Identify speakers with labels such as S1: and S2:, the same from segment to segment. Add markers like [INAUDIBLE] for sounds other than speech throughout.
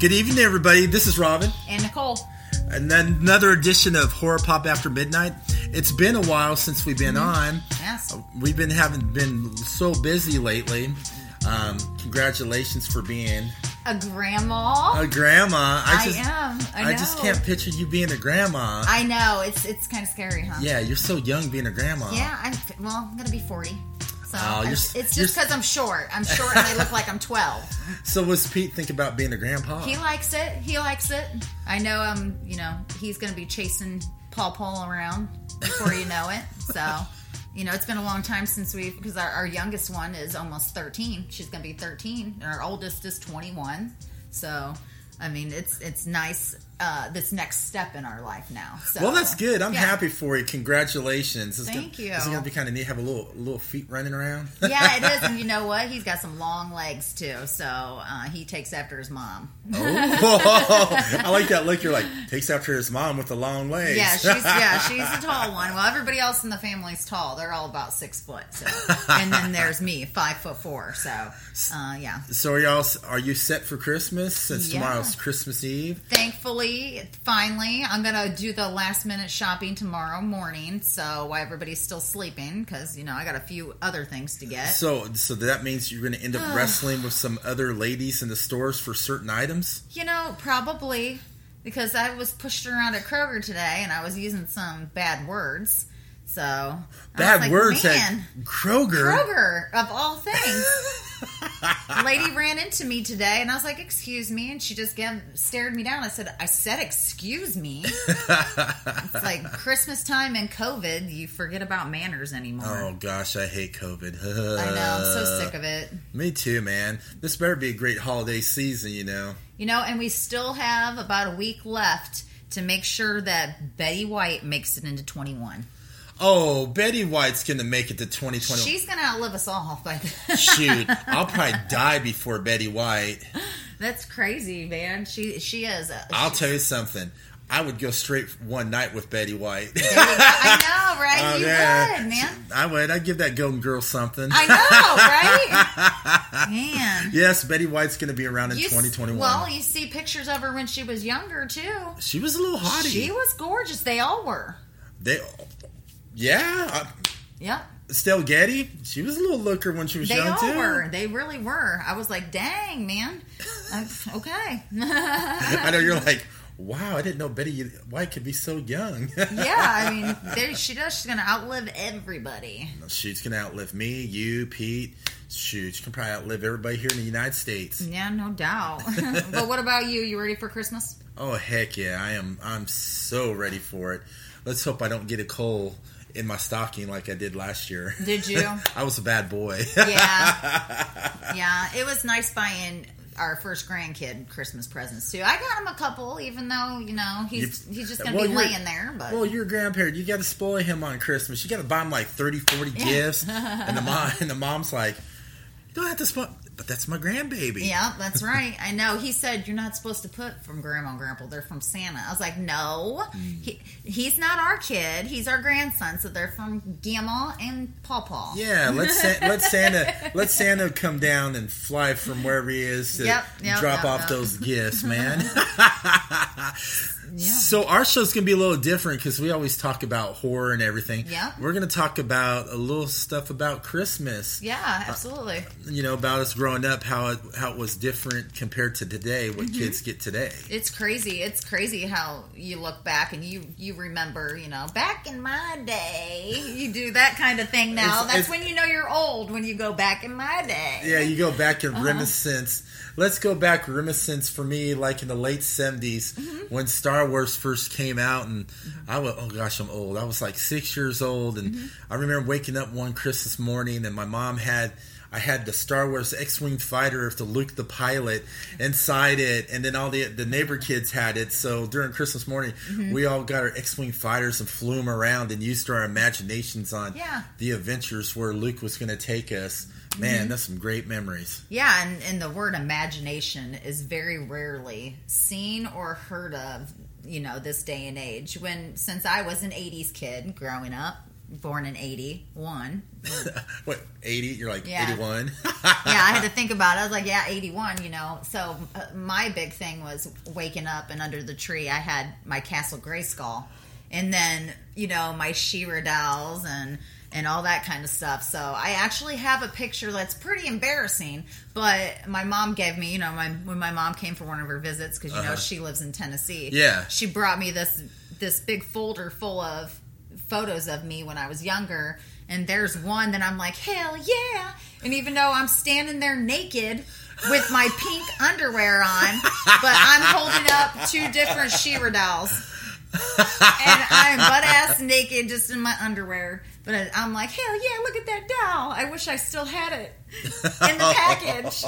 S1: Good evening, everybody. This is Robin,
S2: and Nicole.
S1: and then another edition of Horror Pop After Midnight. It's been a while since we've been
S2: Mm-hmm.
S1: on.
S2: Yes.
S1: We've been having been so busy lately. Um, congratulations for being
S2: A grandma.
S1: a grandma.
S2: I am. I know.
S1: just can't picture you being a grandma.
S2: I know. It's it's kind of scary, huh?
S1: yeah, you're so young being a grandma.
S2: Yeah. I'm well. I'm gonna be forty. So
S1: Oh, you're s-
S2: it's, it's
S1: you're
S2: just
S1: s-
S2: because I'm short. I'm short and I
S1: [LAUGHS]
S2: look like I'm twelve.
S1: So what's Pete think about being a grandpa?
S2: He likes it. He likes it. I know. Um. You know. He's gonna be chasing Paul Paul around before you know
S1: [LAUGHS]
S2: it. So. You know, it's been a long time since we've, because our, our youngest one is almost 13. She's going to be 13, and our oldest is 21. So, I mean, it's it's nice, uh, this next step in our life now. So,
S1: well, that's good. I'm
S2: yeah.
S1: happy for you. Congratulations. It's
S2: Thank
S1: gonna,
S2: you.
S1: It's gonna be kind of neat. Have a little little feet running around.
S2: yeah, it
S1: [LAUGHS]
S2: is. And you know what? He's got some long legs too, so uh, he takes after his mom.
S1: Oh, [LAUGHS] I like that look. You're like takes after his mom with the long legs. [LAUGHS]
S2: Yeah, she's yeah, she's a tall one. Well, everybody else in the family's tall. They're all about six foot.
S1: [LAUGHS]
S2: So. And then there's me, five foot four. So uh, yeah.
S1: so are y'all? Are you set for Christmas? Since
S2: Yeah.
S1: tomorrow's Christmas Eve.
S2: Thankfully, finally, I'm gonna do the last minute shopping tomorrow morning. So while everybody's still sleeping, because you know I got a few other things to get.
S1: So, so that means you're going to end
S2: [SIGHS]
S1: up wrestling with some other ladies in the stores for certain items.
S2: You know, probably because I was pushed around at Kroger today and I was using some bad words. So I was
S1: Bad
S2: like,
S1: words
S2: Man,
S1: at Kroger.
S2: Kroger of all
S1: [LAUGHS]
S2: things. A Lady ran into me today and I was like, "Excuse me," and she just gave, stared me down. I said, "I said excuse me." it's like
S1: [LAUGHS]
S2: Christmas time and COVID. You forget about manners anymore.
S1: Oh gosh, I hate COVID. [LAUGHS]
S2: I know. I'm so
S1: uh,
S2: sick of it.
S1: Me too, man. This better be a great holiday season, you know.
S2: You know, and we still have about a week left to make sure that Betty White makes it into 21.
S1: Oh, Betty White's going to make it to 2021.
S2: She's going to outlive us all by then. [LAUGHS]
S1: Shoot, I'll probably die before Betty White.
S2: That's crazy, man. She she is. a-
S1: I'll tell you something. I would go straight one night with Betty White. [LAUGHS]
S2: I know, right?
S1: Oh,
S2: you
S1: man.
S2: would, man.
S1: I would. I'd give that Golden Girl something.
S2: I know, right? Man.
S1: [LAUGHS] yes, Betty White's going to be around in
S2: You s-
S1: 2021.
S2: Well, you see pictures of her when she was younger, too.
S1: she was a little hottie.
S2: She was gorgeous. They all were.
S1: they, yeah. uh,
S2: Yep.
S1: Estelle Getty, she was a little looker when she was
S2: They
S1: young,
S2: all
S1: too.
S2: were. They really were. I was like, dang, man. I- okay.
S1: [LAUGHS]
S2: [LAUGHS]
S1: I know you're like, wow, I didn't know Betty White could be so young. [LAUGHS]
S2: yeah, I mean, there she does. She's gonna outlive everybody.
S1: She's going to outlive me, you, Pete. Shoot, she can probably outlive everybody here in the United States.
S2: Yeah, no doubt. [LAUGHS] but what about you? You ready for Christmas?
S1: Oh heck yeah, I am I'm so ready for it. Let's hope I don't get a cold in my stocking like I did last year. [LAUGHS]
S2: Did you?
S1: I was a bad boy. [LAUGHS]
S2: Yeah, yeah. It was nice buying our first grandkid Christmas presents too. I got him a couple, even though you know he's
S1: You-
S2: he's just gonna
S1: well,
S2: be
S1: you're-
S2: laying there. But
S1: well, you're a grandparent. You got to spoil him on Christmas. You got to buy him like 30, 40 gifts. And the mom and the mom's like, "You don't have to spoil but that's my grandbaby."
S2: yeah, that's right. I know. He said you're not supposed to put from Grandma and Grandpa; they're from Santa. I was like, no,
S1: Mm.
S2: he, he's not our kid. He's our grandson, so they're from Grandma and Pawpaw.
S1: Yeah, let's
S2: [LAUGHS]
S1: Sa- let Santa let Santa come down and fly from wherever he is to
S2: Yep, yep,
S1: drop
S2: yep,
S1: off
S2: yep.
S1: those
S2: [LAUGHS]
S1: gifts, man.
S2: Yeah.
S1: So our show's gonna be a little different because we always talk about horror and everything.
S2: Yeah.
S1: we're gonna talk about a little stuff about Christmas.
S2: Yeah, absolutely.
S1: You know, about us growing up, how it how it was different compared to today, what
S2: Mm-hmm.
S1: kids get today.
S2: It's crazy. It's crazy how you look back and you you remember, you know, back in my day, you do that kind of thing now.
S1: It's-
S2: That's
S1: it's-
S2: when you know you're old when you go back in my day.
S1: Yeah, you go back in reminiscence. Let's go back reminiscence for me, like in the late 70s when Star Wars first came out, and I was oh gosh, I'm old. I was like six years old, and I remember waking up one Christmas morning, and my mom had I had the Star Wars X-wing fighter with the Luke the pilot inside it, and then all the the neighbor kids had it. So during Christmas morning,
S2: Mm-hmm.
S1: we all got our X-wing fighters and flew them around and used our imaginations on
S2: Yeah.
S1: the adventures where Luke was going to take us. Man,
S2: Mm-hmm.
S1: that's some great memories.
S2: Yeah, and, and the word imagination is very rarely seen or heard of, you know, this day and age. When, since I was an 80s kid growing up, born in 81,
S1: What eighty? You're like
S2: Yeah. [LAUGHS]
S1: eighty-one.
S2: yeah, I had to think about it. I was like, yeah, 81, you know. So uh, my big thing was waking up and under the tree, I had my Castle Grayskull. And then, you know, my She-Ra dolls and, and all that kind of stuff. So I actually have a picture that's pretty embarrassing, but my mom gave me, you know, my, when my mom came for one of her visits, because, you know, she lives in Tennessee.
S1: Yeah.
S2: She brought me this, this big folder full of photos of me when I was younger, and there's one that I'm like, hell yeah! And even though I'm standing there naked with my pink underwear on, but I'm holding up two different She-Ra dolls, and I'm butt ass naked just in my underwear. But I- I'm like, hell yeah! Look at that doll. I wish I still had it in the package.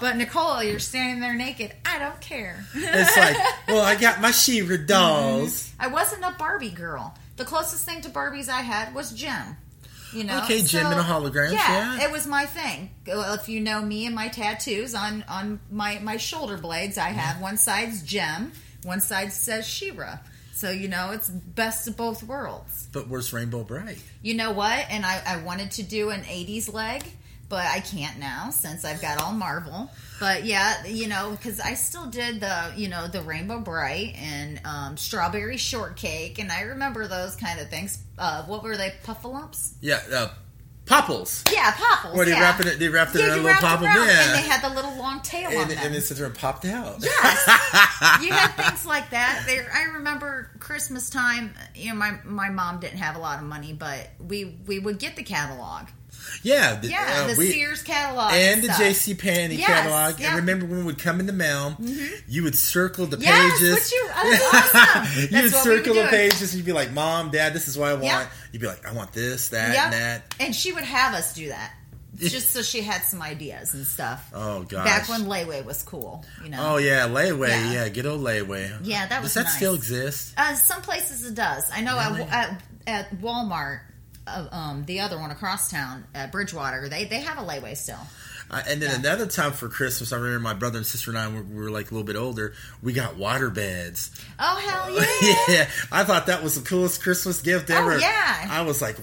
S2: but Nicole, you're standing there naked. I don't care.
S1: it's like, well, I got my She-Ra
S2: Mm-hmm.
S1: dolls.
S2: I wasn't a Barbie girl. The closest thing to Barbies I had was Jim. You know,
S1: Okay, Jim and the holograms, yeah.
S2: it was my thing. Well, If you know me and my tattoos on on my my shoulder blades, I have one side's Jim, one side says Shira. So you know, it's best of both worlds.
S1: But where's Rainbow Bright?
S2: You know what? And I, I wanted to do an '80s leg, but I can't now since I've got all Marvel. But yeah, you know, because I still did the you know the Rainbow Bright and um, strawberry shortcake, and I remember those kind of things. Uh, what were they? Puffalumps?
S1: Yeah, uh, Popples.
S2: Yeah, popples.
S1: Where they
S2: yeah.
S1: wrap it, they wrapped it
S2: Yeah,
S1: in a
S2: you
S1: little
S2: wrapped
S1: popple,
S2: around,
S1: yeah.
S2: and they had the little long tail on
S1: and,
S2: them.
S1: and it sits there and popped out.
S2: [LAUGHS] Yes, you had things like that. There, I remember Christmas time. You know, my my mom didn't have a lot of money, but we we would get the catalog.
S1: Yeah, the,
S2: Yeah,
S1: uh,
S2: the
S1: we-
S2: Sears catalog
S1: and the
S2: stuff.
S1: J.C. Penney
S2: Yes,
S1: catalog.
S2: yeah. Mm-hmm.
S1: And remember when we would come in the mail, you would circle the
S2: Yes,
S1: pages.
S2: but you,
S1: [LAUGHS]
S2: that was awesome.
S1: you would
S2: That's what we
S1: circle
S2: were
S1: the
S2: doing.
S1: pages and you'd be like, Mom, Dad, this is what I want.
S2: Yeah.
S1: You'd be like, I want this, that,
S2: Yep.
S1: and that.
S2: And she would have us do that just so she had some ideas and stuff.
S1: Oh, gosh.
S2: Back when Layway was cool, you know.
S1: Oh, yeah, layaway.
S2: Yeah.
S1: Yeah, good old layaway.
S2: Yeah, that
S1: Does
S2: was
S1: that
S2: nice.
S1: still exist?
S2: Uh, some places it does. I know at, at, at Walmart, uh, um, the other one across town at Bridgewater, they, they have a Layway still.
S1: Uh, and then another time for Christmas, I remember my brother and sister and I, we were like a little bit older, we got water
S2: [LAUGHS]
S1: beds.
S2: Oh, hell yeah.
S1: [LAUGHS] yeah, I thought that was the coolest Christmas gift ever.
S2: Oh, yeah.
S1: I was like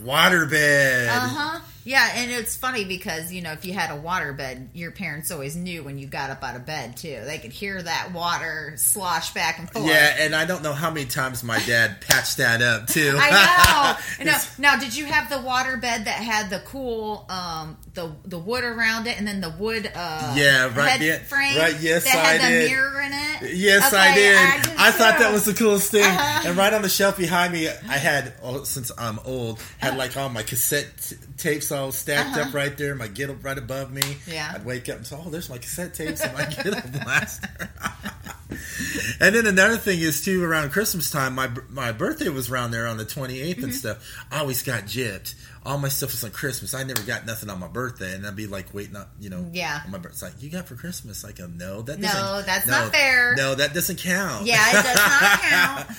S1: waterbed.
S2: Uh huh. Yeah, and it's funny because you know if you had a water bed, your parents always knew when you got up out of bed too. They could hear that water slosh back and forth.
S1: Yeah, and I don't know how many times my dad patched that up too. [LAUGHS]
S2: I know. No, now, did you have the water bed that had the cool, um, the the wood around it, and then the wood, uh,
S1: Yeah, right,
S2: head
S1: yeah,
S2: frame,
S1: right, yes,
S2: that had
S1: I
S2: the
S1: did.
S2: mirror in it.
S1: Yes, I
S2: Okay,
S1: did.
S2: did
S1: I, thought
S2: too. Uh-huh.
S1: that was the coolest thing. And right on the shelf behind me, I had, oh, since I'm old, had like all my cassette t- tapes all stacked up right there. My get up right above me.
S2: Uh-huh. Yeah.
S1: I'd wake up and say, "Oh, there's my cassette tapes and my [LAUGHS] get up blaster." [LAUGHS] and then another thing is too, around Christmas time, my b- my birthday was around there on the 28th
S2: Mm-hmm.
S1: and stuff. I always got gypped. All my stuff was on Christmas. I never got nothing on my birthday, and I'd be like waiting up, you know.
S2: Yeah.
S1: On my birthday, like you got for Christmas. I go, no, that
S2: No,
S1: doesn't-
S2: that's not fair."
S1: No, that doesn't count.
S2: Yeah, it does not count.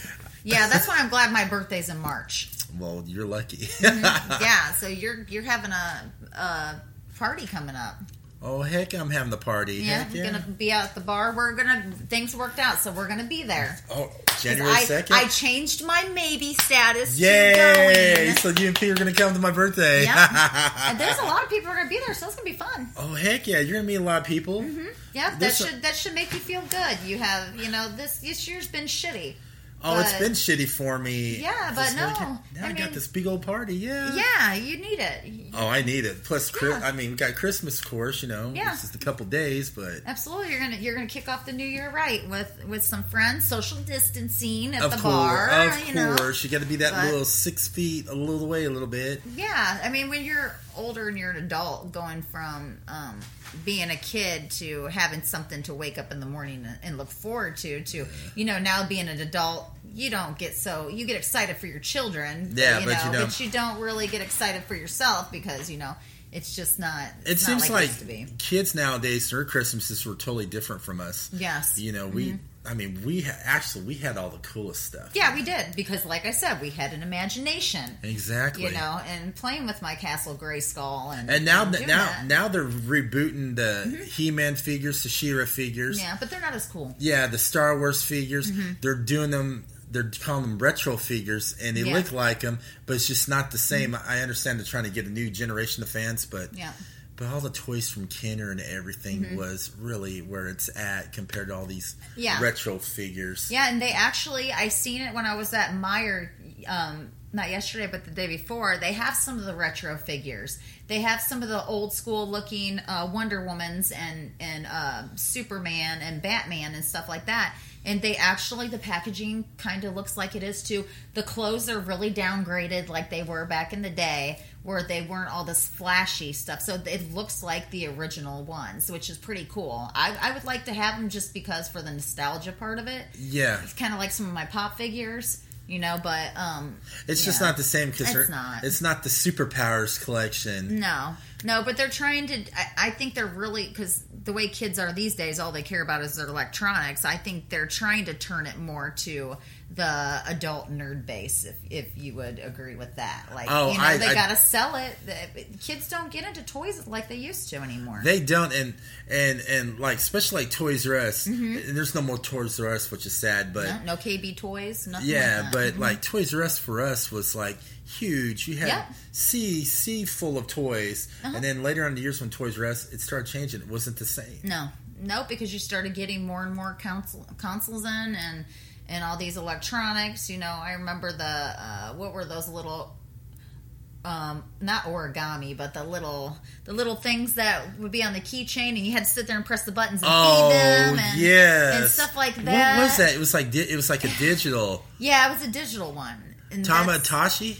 S2: Yeah, that's why I'm glad my birthday's in March.
S1: [LAUGHS] Well, you're lucky.
S2: Mm-hmm.
S1: Uh-uh.
S2: Yeah, so you're you're having a, a party coming up.
S1: [LAUGHS] oh heck, I'm having the party.
S2: Yeah,
S1: Heck,
S2: we're gonna be out at the bar. We're gonna things worked out, so we're gonna be there.
S1: Oh,
S2: 'Cause
S1: January
S2: I-
S1: second.
S2: I, changed my maybe status. To
S1: Yay!
S2: going.
S1: So you and P are gonna come to my birthday. [LAUGHS]
S2: Yeah. And there's a lot of people who are gonna be there, so it's gonna be fun.
S1: oh heck yeah, you're gonna meet a lot of people.
S2: Mm-hmm. Yeah, that
S1: This-
S2: should that should make you feel good. You have you know this this year's been shitty.
S1: Oh, it's
S2: But-
S1: been shitty for me.
S2: Yeah, but
S1: This
S2: no,
S1: weekend. Now
S2: I
S1: I, got
S2: mean-
S1: this big old party. Yeah.
S2: Yeah, you need it.
S1: Oh, I need it. Plus, Chris,
S2: Yeah.
S1: I mean, we got Christmas, of course. You know,
S2: Yeah.
S1: it's just a couple days, but
S2: Absolutely, you're gonna you're gonna kick off the new year right with with some friends, social distancing at
S1: of
S2: the
S1: course,
S2: bar.
S1: of
S2: you know.
S1: course, you got to be that
S2: But-
S1: little six feet a little way, a little bit.
S2: Yeah, I mean, when you're older and you're an adult, going from um, being a kid to having something to wake up in the morning and- and look forward to, to you know, now being an adult, you don't get so you get excited for your children.
S1: Yeah, but you
S2: know,
S1: don't.
S2: but you don't really get excited for yourself because you know It's just not.
S1: It
S2: it's
S1: seems
S2: not like,
S1: like,
S2: it used to be.
S1: kids nowadays, their Christmases were totally different from us.
S2: Yes.
S1: You know, we,
S2: Mm-hmm.
S1: I mean, we ha- actually, we had all the coolest stuff.
S2: Yeah, we did because, like I said, we had an imagination.
S1: Exactly.
S2: You know, and playing with my Castle Gray Skull and
S1: And now,
S2: and
S1: now,
S2: doing that. Mm-hmm.
S1: now they're rebooting the He-Man figures, the She-Ra figures.
S2: yeah, Mm-hmm. but they're not as cool.
S1: Yeah, the Star Wars figures. They're doing them. They're calling them retro figures, and they
S2: Yeah. Mm-hmm.
S1: look like them, but it's just not the same. I understand they're trying to get a new generation of fans, but
S2: Yeah. Mm-hmm.
S1: but all the toys from Kenner and everything was really where it's at compared to all these
S2: Yeah.
S1: retro figures.
S2: Yeah, and they actually, I seen it when I was at Meyer, um, not yesterday, but the day before. They have some of the retro figures. They have some of the old school looking uh, Wonder Woman's and and uh, Superman and Batman and stuff like that. And they actually, the packaging kind of looks like it is too. The clothes are really downgraded, like they were back in the day, where they weren't all this flashy stuff. So it looks like the original ones, which is pretty cool. I, I would like to have them just because for the nostalgia part of it
S1: Yeah,
S2: kind of like some of my pop figures, you know, but um
S1: it's just
S2: yeah.
S1: not the same because
S2: It's not. Mm.
S1: it's not the superpowers collection.
S2: No. No, but they're trying to I, I think they're really cuz the way kids are these days all they care about is their electronics. I think they're trying to turn it more to the adult nerd base if if you would agree with that. Like
S1: Oh,
S2: you know
S1: I-
S2: they
S1: I-
S2: got to sell it. The- Kids don't get into toys like they used to anymore.
S1: They don't, and and and like especially like Toys R Us.
S2: Mm-hmm.
S1: and There's no more Toys R Us, which is sad, but
S2: no, no KB toys, nothing
S1: yeah,
S2: like that.
S1: but like Toys R Us for us was like huge. You had
S2: Yeah.
S1: sea sea full of toys,
S2: Uh-huh.
S1: and then later on in the years when Toys R Us it started changing. It wasn't the same.
S2: No, no, because you started getting more and more console, consoles in and and all these electronics. You know, I remember the uh, what were those little. Um, not origami, but the little the little things that would be on the keychain, and you had to sit there and press the buttons and
S1: Oh
S2: feed them, and,
S1: yes,
S2: and stuff like that.
S1: What was that? It was like di- it was like a digital
S2: Yeah, it was a digital one. And that's-
S1: Tamagotchi.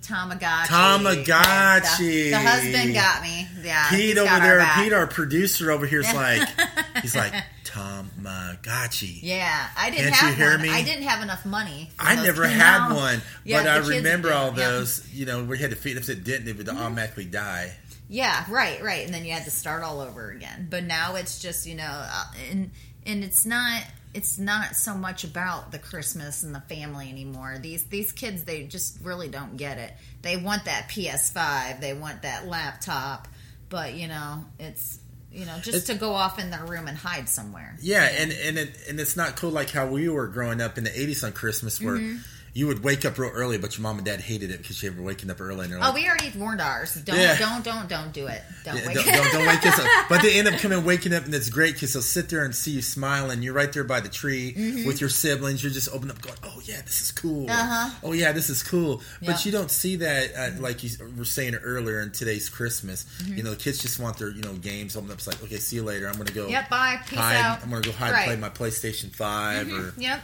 S2: Tamagotchi.
S1: Tamagotchi.
S2: The, the husband got me. Yeah, he's
S1: Pete
S2: got
S1: over
S2: our
S1: there,
S2: back.
S1: Pete, our producer over here is like,
S2: [LAUGHS]
S1: he's like Tamagotchi.
S2: Yeah, I didn't
S1: Can't you
S2: have
S1: hear
S2: one.
S1: me?
S2: I didn't have enough money. for
S1: I
S2: those [LAUGHS]
S1: never
S2: things.
S1: had
S2: No.
S1: one,
S2: Yeah,
S1: but I
S2: the kids
S1: remember
S2: do,
S1: all
S2: yeah. Mm-hmm.
S1: those. You know, we had to feed. If it didn't, it would automatically die.
S2: Yeah, right, right. And then you had to start all over again. But now it's just you know, uh, and and it's not it's not so much about the Christmas and the family anymore. These these kids they just really don't get it. They want that PS5. They want that laptop. But you know, it's you know just
S1: It's-
S2: to go off in their room and hide somewhere.
S1: Yeah, and and it, and it's not cool like how we were growing up in the '80s on Christmas, where
S2: Mm-hmm.
S1: you would wake up real early, but your mom and dad hated it because you were waking up early. And they're
S2: Oh,
S1: like,
S2: we already warned ours. Don't
S1: Yeah.
S2: don't don't don't do it. Don't
S1: "Yeah,
S2: wake [LAUGHS]
S1: don't, don't, don't wake us up. But they end up coming waking up, and it's great because they'll sit there and see you smiling. You're right there by the tree
S2: Mm-hmm.
S1: with your siblings. You're just open up, going, "Oh yeah, this is cool.
S2: Uh-huh.
S1: Oh yeah, this is cool."
S2: Yeah.
S1: But you don't see that uh, like you s- were saying earlier in today's Christmas.
S2: Mm-hmm.
S1: You know, the kids just want their you know games. Open up, it's like, "Okay, see you later. I'm gonna go
S2: Yep, bye. Peace
S1: hide.
S2: out.
S1: I'm gonna go hide
S2: Right. Mm-hmm.
S1: and play my PlayStation 5 or."
S2: Yep.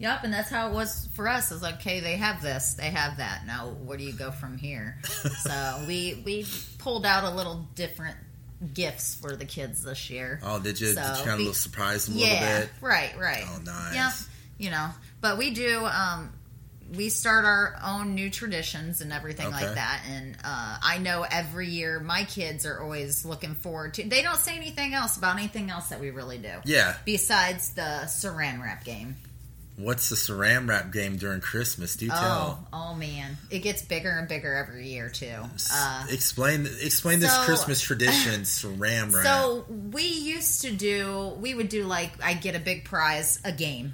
S2: Yep, and that's how it was for us. It's like, okay, they have this, they have that. Now, where do you go from
S1: [LAUGHS]
S2: here? so we we pulled out a little different gifts for the kids this year.
S1: Oh, did you?
S2: So,
S1: did you kind of
S2: be-
S1: little surprise them a
S2: yeah,
S1: little bit?
S2: right, right.
S1: Oh, nice.
S2: Yep. You know, but we do. Um, we start our own new traditions and everything
S1: Okay.
S2: like that. And uh, I know every year my kids are always looking forward to. They don't say anything else about anything else that we really do.
S1: Yeah.
S2: Besides the Saran wrap game.
S1: What's the Saran wrap game during Christmas? Do tell.
S2: Oh, oh man, it gets bigger and bigger every year too.
S1: S-
S2: Uh,
S1: explain explain this
S2: so-
S1: Christmas
S2: [LAUGHS]
S1: tradition, Saran wrap.
S2: so we used to do, we would do like I get a big prize, a game,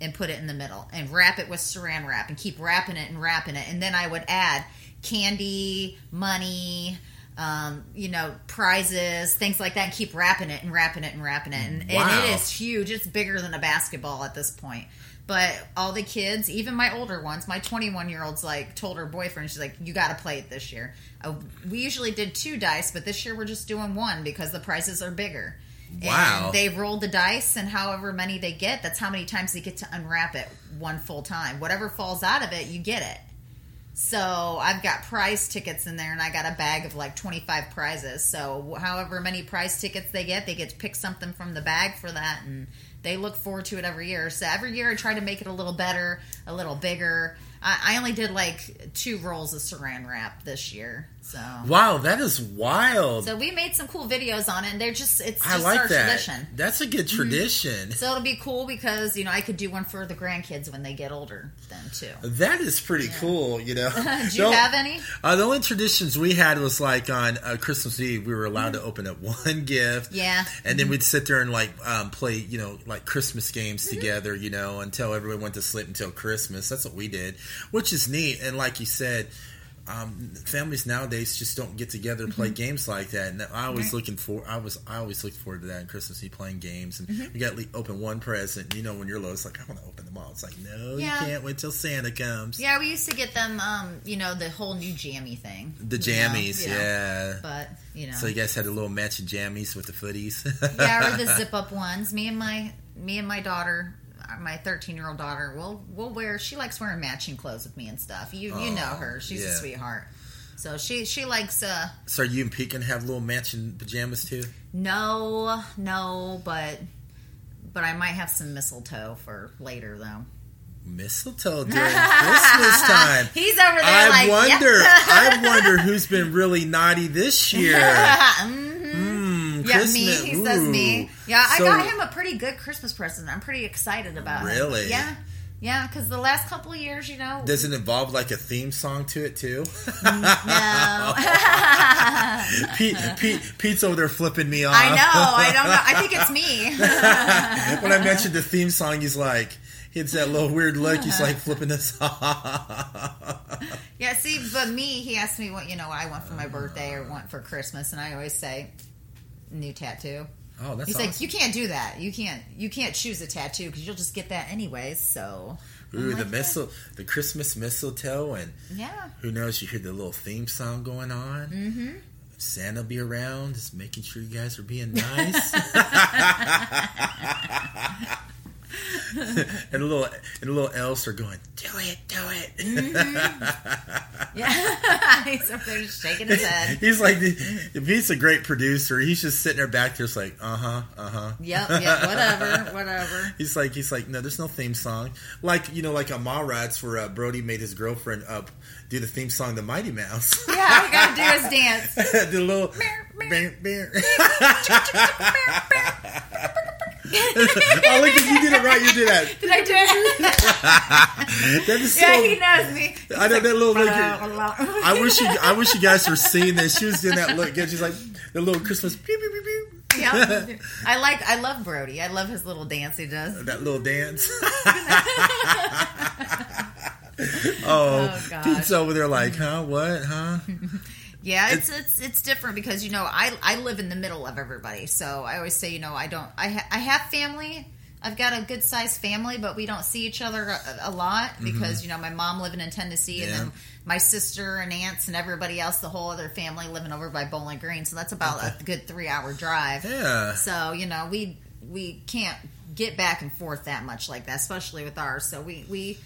S2: and put it in the middle and wrap it with Saran wrap and keep wrapping it and wrapping it, and then I would add candy, money. Um, you know, prizes, things like that, and keep wrapping it and wrapping it and wrapping it. And,
S1: Wow.
S2: and it is huge. It's bigger than a basketball at this point. But all the kids, even my older ones, my 21 year old's like told her boyfriend, she's like, you got to play it this year. Uh, we usually did two dice, but this year we're just doing one because the prizes are bigger.
S1: Wow.
S2: And they roll the dice, and however many they get, that's how many times they get to unwrap it one full time. Whatever falls out of it, you get it. So I've got prize tickets in there, and I got a bag of like 25 prizes. So however many prize tickets they get, they get to pick something from the bag for that, and they look forward to it every year. So every year I try to make it a little better, a little bigger. I, I only did like two rolls of Saran wrap this year, So
S1: Wow, that is wild.
S2: so we made some cool videos on it, and they're just it's
S1: I
S2: just our
S1: like that.
S2: tradition. Mm-hmm.
S1: That's a good tradition.
S2: So it'll be cool because you know I could do one for the grandkids when they get older then
S1: [LAUGHS]
S2: too.
S1: That is pretty cool, you know.
S2: [LAUGHS] Do you have any?
S1: Uh, the only traditions we had was like on uh, Christmas Eve, we were allowed
S2: Mm-hmm.
S1: to open up [LAUGHS] one gift.
S2: Yeah.
S1: And then we'd sit there and like um, play, you know, like Christmas games
S2: Mm-hmm.
S1: together, you know, until everyone went to sleep until Christmas. That's what we did, which is neat. And like you said, um, families nowadays just don't get together and
S2: Mm-hmm.
S1: play games like that. And I always looking for, I was, I always look forward to that in Christmas Eve playing games. And
S2: Mm-hmm.
S1: you got to le- open one present. You know, when you're low, it's like I want to open them all. It's like no,
S2: Yeah.
S1: you can't wait till Santa comes.
S2: Yeah, we used to get them. Um, you know the whole new jammy thing.
S1: The
S2: you know,
S1: jammies,
S2: you know.
S1: yeah.
S2: But you know,
S1: So you guys had a little matching jammies with the footies. [LAUGHS]
S2: [LAUGHS] yeah, or the zip up ones. Me and my me and my daughter, uh, my thirteen year old daughter, will will wear. She likes wearing matching clothes with me and stuff. You you know her. She's a
S1: yeah.
S2: sweetheart. So she she likes uh
S1: so you and Pete can have little matching pajamas too.
S2: no no but but I might have some mistletoe for later though.
S1: Mistletoe during Christmas time.
S2: [LAUGHS] He's over there
S1: I
S2: like [LAUGHS]
S1: wonder.
S2: Yep.
S1: I wonder who's been really naughty this
S2: [LAUGHS]
S1: year.
S2: Mhm.
S1: Mm,
S2: Yeah,
S1: Christmas-
S2: me. He says
S1: ooh.
S2: me. Yeah,
S1: So-
S2: I got him a pretty good Christmas present. I'm pretty excited about it.
S1: Really?
S2: Yeah. Yeah, because the last couple of years, you know,
S1: Does it involve like a theme song to it
S2: [LAUGHS]
S1: too?
S2: no.
S1: Pete, Pete, Pete's over there flipping me off.
S2: I know. I don't know. I think it's me. [LAUGHS]
S1: [LAUGHS] when I mentioned the theme song, he's like, he hits that little weird look. He's like flipping us [LAUGHS] off.
S2: yeah. See, but me, he asked me what you know what I want for my birthday or want for Christmas, and I always say new tattoo.
S1: Oh, that's
S2: He's
S1: awesome.
S2: like, you can't do that. You can't. You can't choose a tattoo because you'll just get that anyways. So. I'm
S1: Ooh,
S2: like,
S1: the
S2: "Yeah."
S1: mistle, the Christmas mistletoe, and
S2: Yeah.
S1: who knows? You hear the little theme song going on. Mm-hmm. Santa be around, just making sure you guys are being nice. [LAUGHS] and the little and the little elves are going, do it, do it.
S2: [LAUGHS] Yeah. He's up there just shaking his head.
S1: [LAUGHS] He's like, he's a great producer. He's just sitting there back, just like, uh huh, uh huh.
S2: Yep. Yep. Whatever. Whatever.
S1: He's like, he's like, no, there's no theme song. Like, you know, like on Mallrats, where uh, Brody made his girlfriend up do the theme song, The Mighty Mouse. [LAUGHS]
S2: Yeah, we gotta do his dance.
S1: the little bear,
S2: [LAUGHS]
S1: bear. I like if you did it right, you did that.
S2: Did I do it?
S1: That is so.
S2: [LAUGHS] yeah, he knows me.
S1: I know that little look.
S2: [LAUGHS] I
S1: I wish you. I wish you guys were seeing this. She was doing that look. Yeah, she's like the little Christmas. Pew, pew, pew, pew.
S2: [LAUGHS] Yeah, I like. I love Brody. I love his little dance he does.
S1: That little dance. [LAUGHS] oh,
S2: Oh, gosh.
S1: Pete's over there like, huh? What? Huh?
S2: Yeah, it's it's it's different because you know I I live in the middle of everybody, so I always say you know I don't I ha- I have family. I've got a good sized family, but we don't see each other a, a lot because you know my mom living in Tennessee and
S1: Yeah.
S2: then my sister and aunts and everybody else, the whole other family living over by Bowling Green. So that's about a good three hour drive.
S1: Yeah.
S2: So you know we we can't get back and forth that much like that, especially with ours. So we we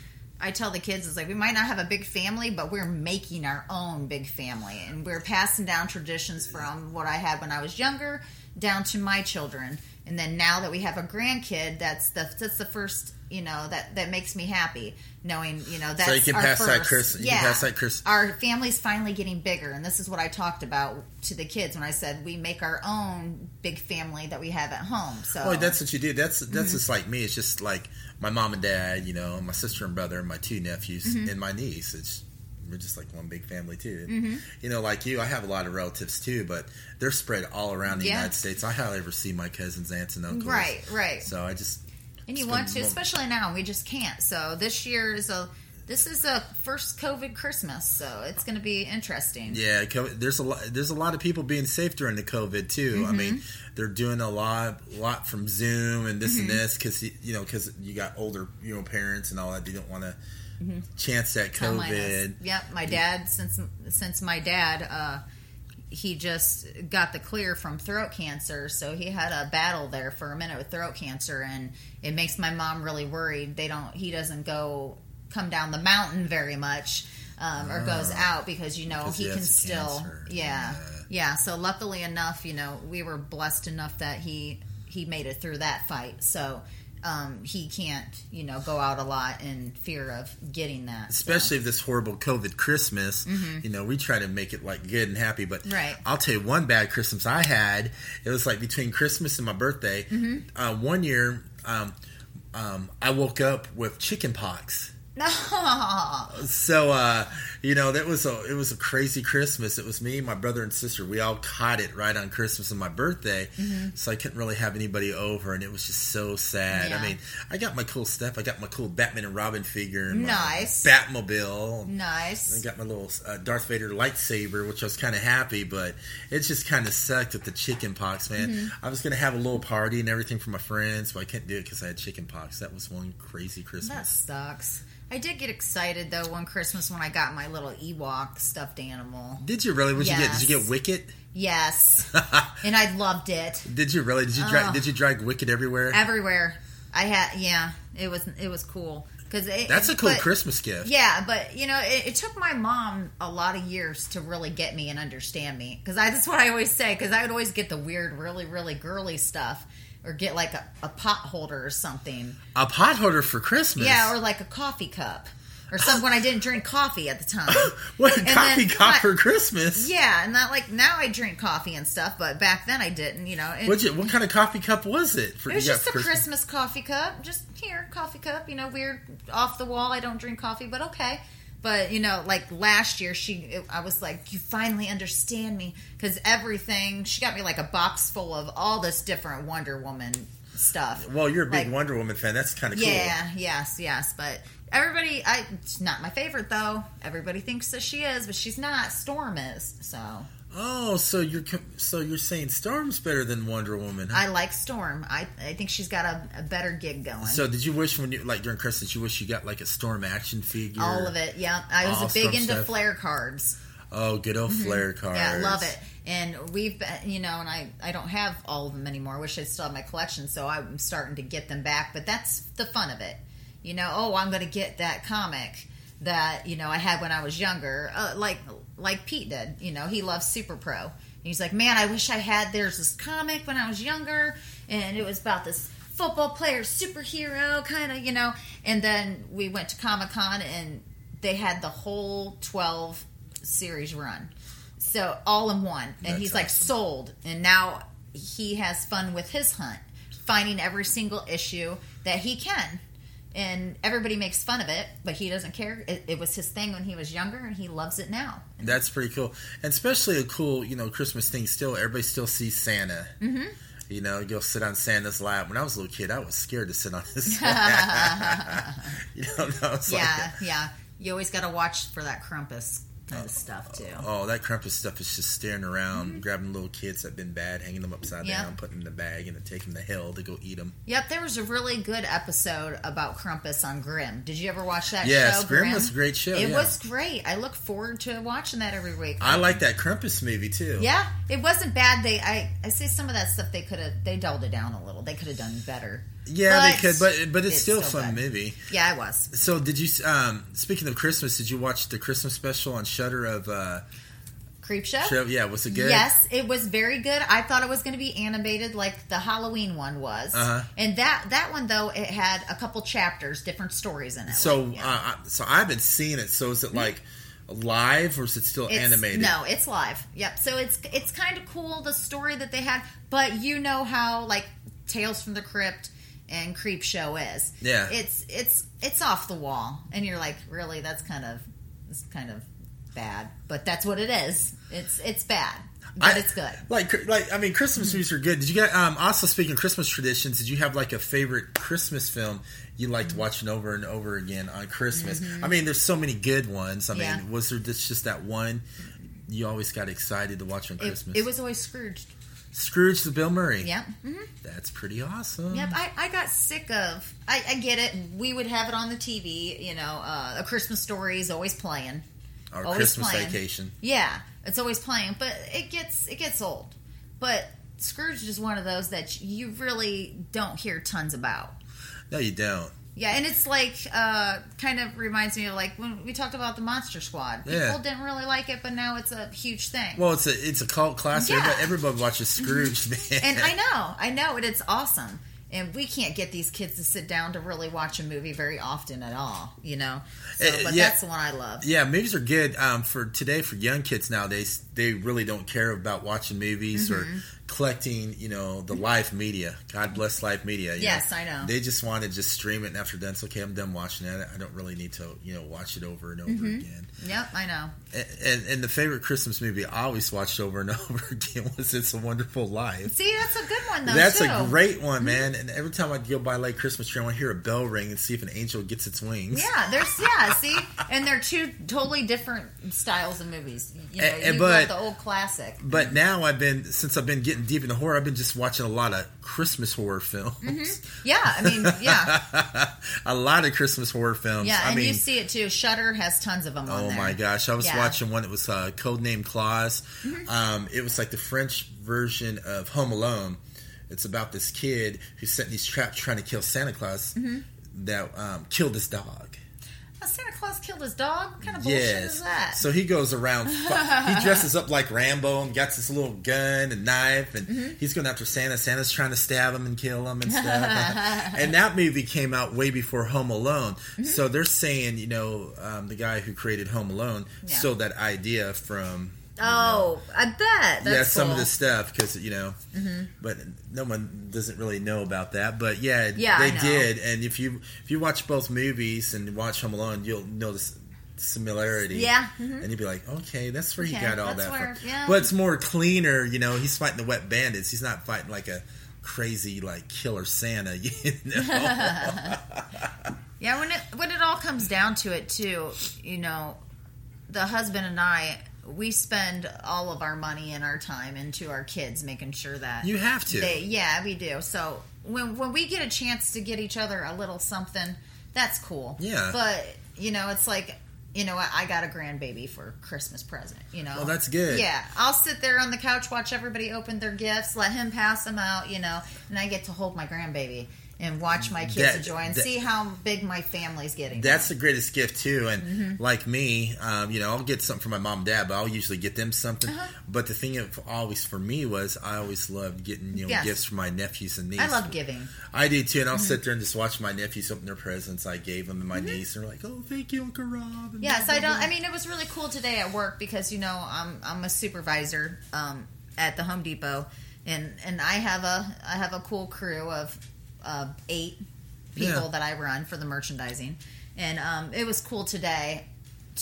S2: I tell the kids it's like we might not have a big family, but we're making our own big family, and we're passing down traditions from what I had when I was younger down to my children, and then now that we have a grandkid, that's the that's the first you know that that makes me happy knowing you know that's
S1: you can
S2: our
S1: pass that
S2: first.
S1: Chris- you can pass that Chris-
S2: our family's finally getting bigger and this is what i talked about to the kids when i said we make our own big family that we have at home so
S1: Oh, that's what you do. That's that's just like me. It's just like my mom and dad, you know, my sister and brother, and my two nephews, and my niece. It's we're just like one big family too. And, You know, like you, I have a lot of relatives too, but they're spread all around the
S2: Yeah.
S1: United States. I hardly ever see my cousins, aunts, and uncles.
S2: right right
S1: So I just
S2: and you
S1: it's
S2: want
S1: been
S2: to
S1: one-
S2: especially now we just can't so this year is a this is a first covid christmas so it's going to be interesting
S1: Yeah, co- there's a lot. There's a lot of people being safe during the COVID too. I mean, they're doing a lot, lot from Zoom and this and this because you know because you got older, you know, parents and all that. They don't want to chance that
S2: Tell mine is-
S1: COVID.
S2: Yep, my dad since since my dad uh, he just got the clear from throat cancer, so he had a battle there for a minute with throat cancer, and it makes my mom really worried. They don't he doesn't go come down the mountain very much. Um, or goes out because you know
S1: Oh. Because
S2: he
S1: he
S2: can
S1: has
S2: still
S1: cancer.
S2: yeah,
S1: Yeah.
S2: yeah so luckily enough you know we were blessed enough that he he made it through that fight so um, he can't, you know, go out a lot in fear of getting that. so.
S1: especially if this horrible COVID Christmas. You know, we try to make it like good and happy, but
S2: Mm-hmm. Right.
S1: I'll tell you one bad Christmas I had. It was like between Christmas and my birthday.
S2: Mm-hmm.
S1: Uh, one year, um, um, I woke up with chicken pox.
S2: [LAUGHS] No.
S1: So uh, you know that was a it was a crazy Christmas. It was me, my brother, and sister. We all caught it right on Christmas and my birthday,
S2: Mm-hmm.
S1: so I couldn't really have anybody over, and it was just so sad.
S2: Yeah.
S1: I mean, I got my cool stuff. I got my cool Batman and Robin figure, and my
S2: Nice.
S1: Batmobile. I
S2: Nice.
S1: got my little uh, Darth Vader lightsaber, which I was kind of happy, but it just kind of sucked with the chicken pox, man.
S2: Mm-hmm.
S1: I was going to have a little party and everything for my friends, but I couldn't do it because I had chicken pox. That was one crazy
S2: That
S1: Christmas.
S2: sucks. I did get excited though one Christmas when I got my little Ewok stuffed animal.
S1: Did you really? What you get? Did you
S2: Yes.
S1: get Wicket? [LAUGHS]
S2: Yes. and I loved it.
S1: Did you really? Did you drag?
S2: Ugh.
S1: Did you drag Wicket everywhere?
S2: Everywhere. I had yeah, it was it was cool cuz it
S1: That's a cool
S2: but-
S1: Christmas gift.
S2: Yeah, but you know, it, it took my mom a lot of years to really get me and understand me because that's what I always say. Because I would always get the weird, really, really girly stuff, or get like a, a pot holder or something.
S1: A pot holder for Christmas.
S2: Yeah, or like a coffee cup or something when I didn't drink coffee at the time.
S1: [LAUGHS] what a
S2: and
S1: coffee
S2: then-
S1: cop for Christmas.
S2: yeah, and that like now I drink coffee and stuff, but back then I didn't. You know, and
S1: What you? What kind of coffee cup was it? For
S2: it was
S1: you got
S2: just a
S1: for
S2: Christmas. coffee cup. Just here, coffee cup. You know, weird, off the wall. I don't drink coffee, but okay. But you know, like last year, she, it- I was like, you finally understand me because everything. She got me like a box full of all this different Wonder Woman stuff.
S1: Well, you're a big
S2: Like-
S1: Wonder Woman fan. That's kind of cool.
S2: Yeah, yes, yes, but everybody, I it's not my favorite though. Everybody thinks that she is, but she's not. Storm is so.
S1: Oh, so you're co- so you're saying Storm's better than Wonder Woman? huh?
S2: I like Storm. I I think she's got a, a better gig going.
S1: so did you wish when you like during Christmas you wish you got like a Storm action figure?
S2: All of it. Yeah, I was
S1: All
S2: a big
S1: Storm
S2: into
S1: stuff.
S2: flare cards.
S1: Oh, good old flare cards.
S2: Mm-hmm. Yeah, I love it. And we've been, you know, and I I don't have all of them anymore. I wish I still had my collection, so I'm starting to get them back. But that's the fun of it, you know. Oh, I'm going to get that comic that you know I had when I was younger, uh, like like Pete did. You know, he loves Super Pro. And he's like, man, I wish I had. There's this comic when I was younger, and it was about this football player superhero kind of you know and then we went to comic-con and they had the whole 12 series run so all in one and
S1: That's
S2: he's like
S1: awesome.
S2: sold and now he has fun with his hunt finding every single issue that he can and everybody makes fun of it but he doesn't care it, it was his thing when he was younger and he loves it now
S1: That's pretty cool, and especially a cool you know Christmas thing. Still, everybody still sees Santa. Mm-hmm. You know, you'll sit on Santa's lap. When I was a little kid, I was scared to sit on
S2: [LAUGHS]
S1: his lap. [LAUGHS] you know, I was
S2: yeah
S1: like,
S2: yeah you always got to watch for that crumpus kind of stuff too
S1: oh, that Krampus stuff is just staring around, grabbing little kids that've been bad, hanging them upside
S2: Mm-hmm. Yeah.
S1: down, putting them in the bag, and then taking them to hell to go eat them.
S2: Yep, there was a really good episode about Krampus on Grimm. Did you ever watch that
S1: Yes,
S2: show?
S1: Grimm was a great show,
S2: It
S1: yeah.
S2: was great. I look forward to watching that every week.
S1: I like that Krampus movie too.
S2: yeah, it wasn't bad. They, I, I say some of that stuff they could have they dulled it down a little. They could have done better.
S1: yeah,
S2: But
S1: they could, but but it's, still a fun
S2: good.
S1: movie.
S2: Yeah, it was.
S1: So did you? Um, speaking of Christmas, did you watch the Christmas special on Shutter of? Uh,
S2: Creep show.
S1: show? Yeah, was it good?
S2: Yes, it was very good. I thought it was going to be animated like the Halloween one was,
S1: Uh-huh.
S2: and that that one though it had a couple chapters, different stories in it.
S1: So,
S2: like, yeah.
S1: uh, I- so I haven't seen it. So is it like live or is it still
S2: It's-
S1: animated?
S2: No, it's live. Yep. So it's it's kind of cool the story that they had, but you know how like Tales from the Crypt and Creep Show is.
S1: Yeah.
S2: It's it's it's off the wall, and you're like, really? That's kind of it's kind of bad, but that's what it is. It's it's bad, but
S1: I-
S2: it's good.
S1: Like, like I mean, Christmas movies are good. Did you get? Um, also speaking of Christmas traditions, did you have like a favorite Christmas film you
S2: Mm-hmm.
S1: liked watching over and over again on Christmas? I mean, there's so many good ones. I
S2: Yeah.
S1: mean, was there just just that one? You always got excited to watch on
S2: It,
S1: Christmas.
S2: it was always Scrooge.
S1: Scrooge the Bill Murray.
S2: Yep. Mhm.
S1: That's pretty awesome.
S2: Yep, I, I got sick of. I, I get it. We would have it on the TV. You know, uh, a Christmas story is always playing.
S1: Our
S2: Always
S1: Christmas
S2: playing.
S1: vacation.
S2: Yeah, it's always playing, but it gets it gets old. But Scrooge is one of those that you really don't hear tons about.
S1: No, you don't.
S2: Yeah, and it's like uh, kind of reminds me of like when we talked about the Monster Squad. People
S1: Yeah.
S2: didn't really like it, but now it's a huge thing.
S1: Well, it's a it's a cult classic.
S2: Yeah. Mm-hmm.
S1: Everybody, everybody watches Scrooge, [LAUGHS] man.
S2: and I know, I know, and it's awesome. and we can't get these kids to sit down to really watch a movie very often at all, you know. So,
S1: Uh,
S2: but
S1: yeah.
S2: that's the one I love.
S1: Yeah, movies are good um, for today for young kids nowadays. They really don't care about watching movies
S2: Mm-hmm.
S1: or collecting, you know, the live media. God bless live media. you
S2: Yes, I know.
S1: They just want to just stream it, and after that's okay. I'm done watching that. I don't really need to, you know, watch it over and over
S2: Mm-hmm.
S1: again.
S2: Yep, I know.
S1: And, and and the favorite Christmas movie I always watched over and [LAUGHS] over again was It's a Wonderful Life.
S2: See, that's a good Mm-hmm. one though.
S1: That's a
S2: too.
S1: great one, man. And every time I go by like Christmas tree, I want to hear a bell ring and see if an angel gets its wings.
S2: Yeah, there's yeah, see, and they're two totally different styles of movies. You know,
S1: And- and
S2: you got
S1: Eh, but-
S2: the old classic.
S1: But now I've been since I've been getting deep into horror, I've been just watching a lot of Christmas horror films.
S2: Yeah, I mean, yeah,
S1: [LAUGHS] a lot of Christmas horror films.
S2: yeah,
S1: I
S2: and
S1: mean,
S2: you see it too. Shutter has tons of them on
S1: oh
S2: there.
S1: my gosh, I was
S2: Yeah. Mm-hmm.
S1: watching one. It was uh, Codename Claus. Um, it was like the French version of Home Alone. It's about this kid who's setting these traps trying to kill Santa Claus
S2: Mm-hmm.
S1: that um, killed his dog.
S2: Oh, Santa Claus killed his dog. What kind of bullshit is that?
S1: So he goes around. fi-
S2: [LAUGHS]
S1: he dresses up like Rambo and gets this little gun and knife, and
S2: Mm-hmm.
S1: he's going after Santa. Santa's trying to stab him and kill him and
S2: [LAUGHS]
S1: stuff. and that movie came out way before Home Alone.
S2: Mm-hmm.
S1: So they're saying, you know, um, the guy who created Home Alone
S2: Yeah.
S1: stole that idea from.
S2: oh, I bet. That's
S1: yeah, some
S2: cool. Mm-hmm.
S1: of this stuff because you know, but no one doesn't really know about that. But yeah,
S2: Yeah, I
S1: they
S2: know.
S1: did. And if you if you watch both movies and watch Home Alone, you'll notice similarity.
S2: Yeah, mm-hmm.
S1: and you'd be like, okay, that's where he
S2: Okay,
S1: got all
S2: that's
S1: that
S2: where-
S1: from.
S2: yeah.
S1: But it's more cleaner, you know. He's fighting the wet bandits. He's not fighting like a crazy like killer Santa. [LAUGHS] You know,
S2: [LAUGHS] Yeah, when it when it all comes down to it, too, you know, the husband and I, we spend all of our money and our time into our kids, making sure that
S1: you have to.
S2: They, yeah, we do. So when when we get a chance to get each other a little something, that's cool.
S1: Yeah.
S2: But you know, it's like you know, I I got a grandbaby for Christmas present. You know,
S1: Well, that's good.
S2: Yeah, I'll sit there on the couch, watch everybody open their gifts, let him pass them out. You know, and I get to hold my grandbaby and watch my kids
S1: That-
S2: enjoy and
S1: that-
S2: see how big my family's getting.
S1: That's the greatest gift too. And
S2: Mm-hmm.
S1: like me, um, you know, I'll get something from my mom and dad, but I'll usually get them something.
S2: Uh-huh.
S1: But the thing of always for me was I always loved getting you know
S2: Yes.
S1: gifts from my nephews and
S2: I
S1: nieces.
S2: love Mm-hmm. giving.
S1: I do too, and I'll sit there and just watch my nephews open their presents I gave them and my niece, and they're like, "Oh, thank you, Uncle Rob." and
S2: Mm-hmm. Yes,
S1: blah,
S2: I
S1: blah,
S2: don't.
S1: blah.
S2: I mean, it was really cool today at work because you know I'm I'm a supervisor um, at the Home Depot, and and I have a I have a cool crew of uh, eight people
S1: Yeah.
S2: that I run for the merchandising, and um, it was cool today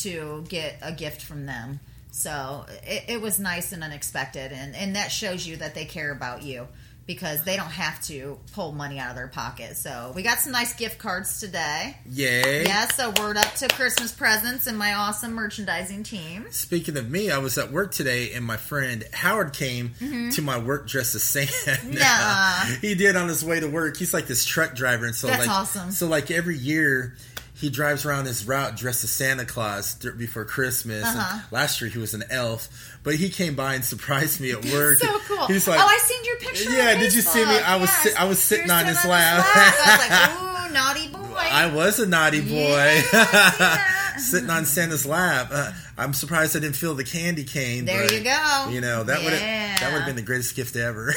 S2: to get a gift from them. So it, it was nice and unexpected, and and that shows you that they care about you. Because they don't have to pull money out of their pocket. So, we got some nice gift cards today.
S1: Yay!
S2: Yeah, so word up to Christmas presents and my awesome merchandising team.
S1: Speaking of me, I was at work today, and my friend Howard came
S2: Mm-hmm.
S1: to my work dressed as [LAUGHS] Santa.
S2: Nuh-uh.
S1: he did on his way to work. He's like this truck driver, and so
S2: That's
S1: like,
S2: awesome.
S1: So like every year, he drives around his route dressed as Santa Claus dur- before Christmas. and
S2: Uh-huh.
S1: last year he was an elf, but he came by and surprised
S2: [LAUGHS]
S1: me at work.
S2: so cool.
S1: He's like,
S2: oh, I seen your picture. on
S1: Yeah, did you see me?
S2: Facebook.
S1: I was
S2: Yes.
S1: sit- I was sitting
S2: You're
S1: on his lap. [LAUGHS]
S2: I was like, ooh, naughty boy.
S1: I was a naughty boy.
S2: Yeah, I see that.
S1: [LAUGHS] Sitting on Santa's lap. Uh, I'm surprised I didn't feel the candy cane.
S2: There
S1: but,
S2: you go.
S1: You know, that would would
S2: Yeah.
S1: that would have been the greatest gift ever.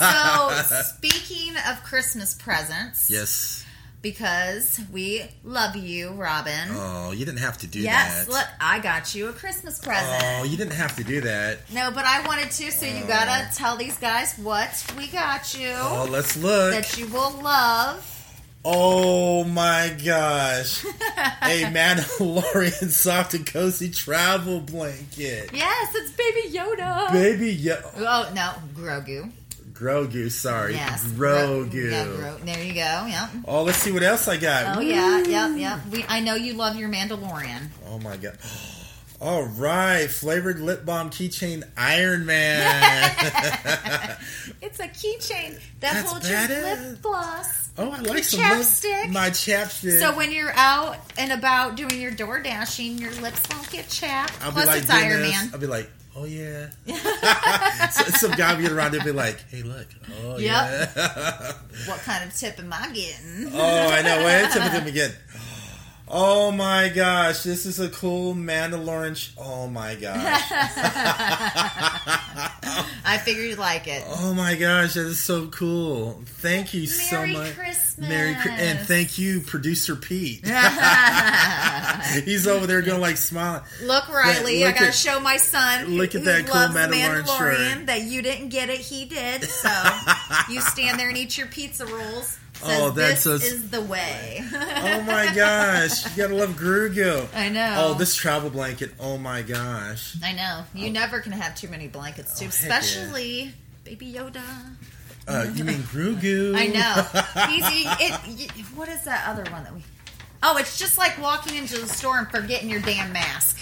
S2: so speaking of Christmas
S1: [LAUGHS]
S2: presents,
S1: yes.
S2: because we love you, Robin.
S1: Oh, you didn't have to do
S2: yes,
S1: that.
S2: look, I got you a Christmas present.
S1: oh, you didn't have to do that.
S2: No, but I wanted to, so you gotta tell these guys what we got you
S1: Oh, let's look.
S2: that you will love.
S1: Oh my
S2: [LAUGHS]
S1: gosh. a Mandalorian [LAUGHS] soft and cozy travel
S2: [LAUGHS]
S1: blanket.
S2: Yes, it's Baby Yoda.
S1: Baby yo
S2: Oh no, Grogu.
S1: Grogu, sorry.
S2: Yes, Gro-
S1: Grogu.
S2: yeah, Gro- there you go. Yeah.
S1: Oh, let's see what else I got.
S2: Oh yeah. Yep. Yep. We, I know you love your Mandalorian.
S1: Oh my god. [GASPS] All right, flavored lip balm keychain Iron Man.
S2: It's a keychain that
S1: That's
S2: holds your
S1: badass.
S2: lip gloss.
S1: [LAUGHS] oh, I like
S2: Your
S1: some lip-
S2: chapstick.
S1: my chapstick.
S2: So when you're out and about doing your door dashing, your lips won't get chapped.
S1: I'll
S2: Plus,
S1: be like
S2: it's
S1: doing
S2: Iron
S1: this.
S2: Man.
S1: I'll be like, oh
S2: [LAUGHS]
S1: yeah. [LAUGHS] so, some guy will get around and be like, hey, look. Oh
S2: Yep.
S1: yeah. [LAUGHS]
S2: What kind of tip am I getting?
S1: oh, I know. Wait, I tip it to him again. Oh my gosh,
S2: [LAUGHS]
S1: this is a cool Mandalorian. Sh- oh my gosh.
S2: I figured you'd like it.
S1: Oh my gosh, that is so cool! Thank you so
S2: Merry
S1: much,
S2: Christmas.
S1: Merry Chri- and thank you, producer Pete.
S2: [LAUGHS]
S1: He's over there going like smiling.
S2: Look, Riley,
S1: Yeah, look
S2: I gotta
S1: at-
S2: show my son
S1: look at
S2: who
S1: that cool
S2: loves the
S1: Mandalorian shirt.
S2: Mandalorian that you didn't get it, he did. So
S1: [LAUGHS]
S2: you stand there and eat your pizza rolls. Says,
S1: Oh, that's
S2: this
S1: so s-
S2: is
S1: [LAUGHS]
S2: the way.
S1: Oh my gosh, you gotta love Grugo.
S2: I know.
S1: Oh, this travel blanket. Oh my gosh.
S2: I know. You never can have too many blankets, too,
S1: Oh, heck yeah.
S2: especially Baby Yoda.
S1: Uh, you mean Grugo?
S2: [LAUGHS]
S1: [LAUGHS]
S2: I know. He's eating it. y- What is that other one that we? Oh, it's just like walking into the store and forgetting your damn mask.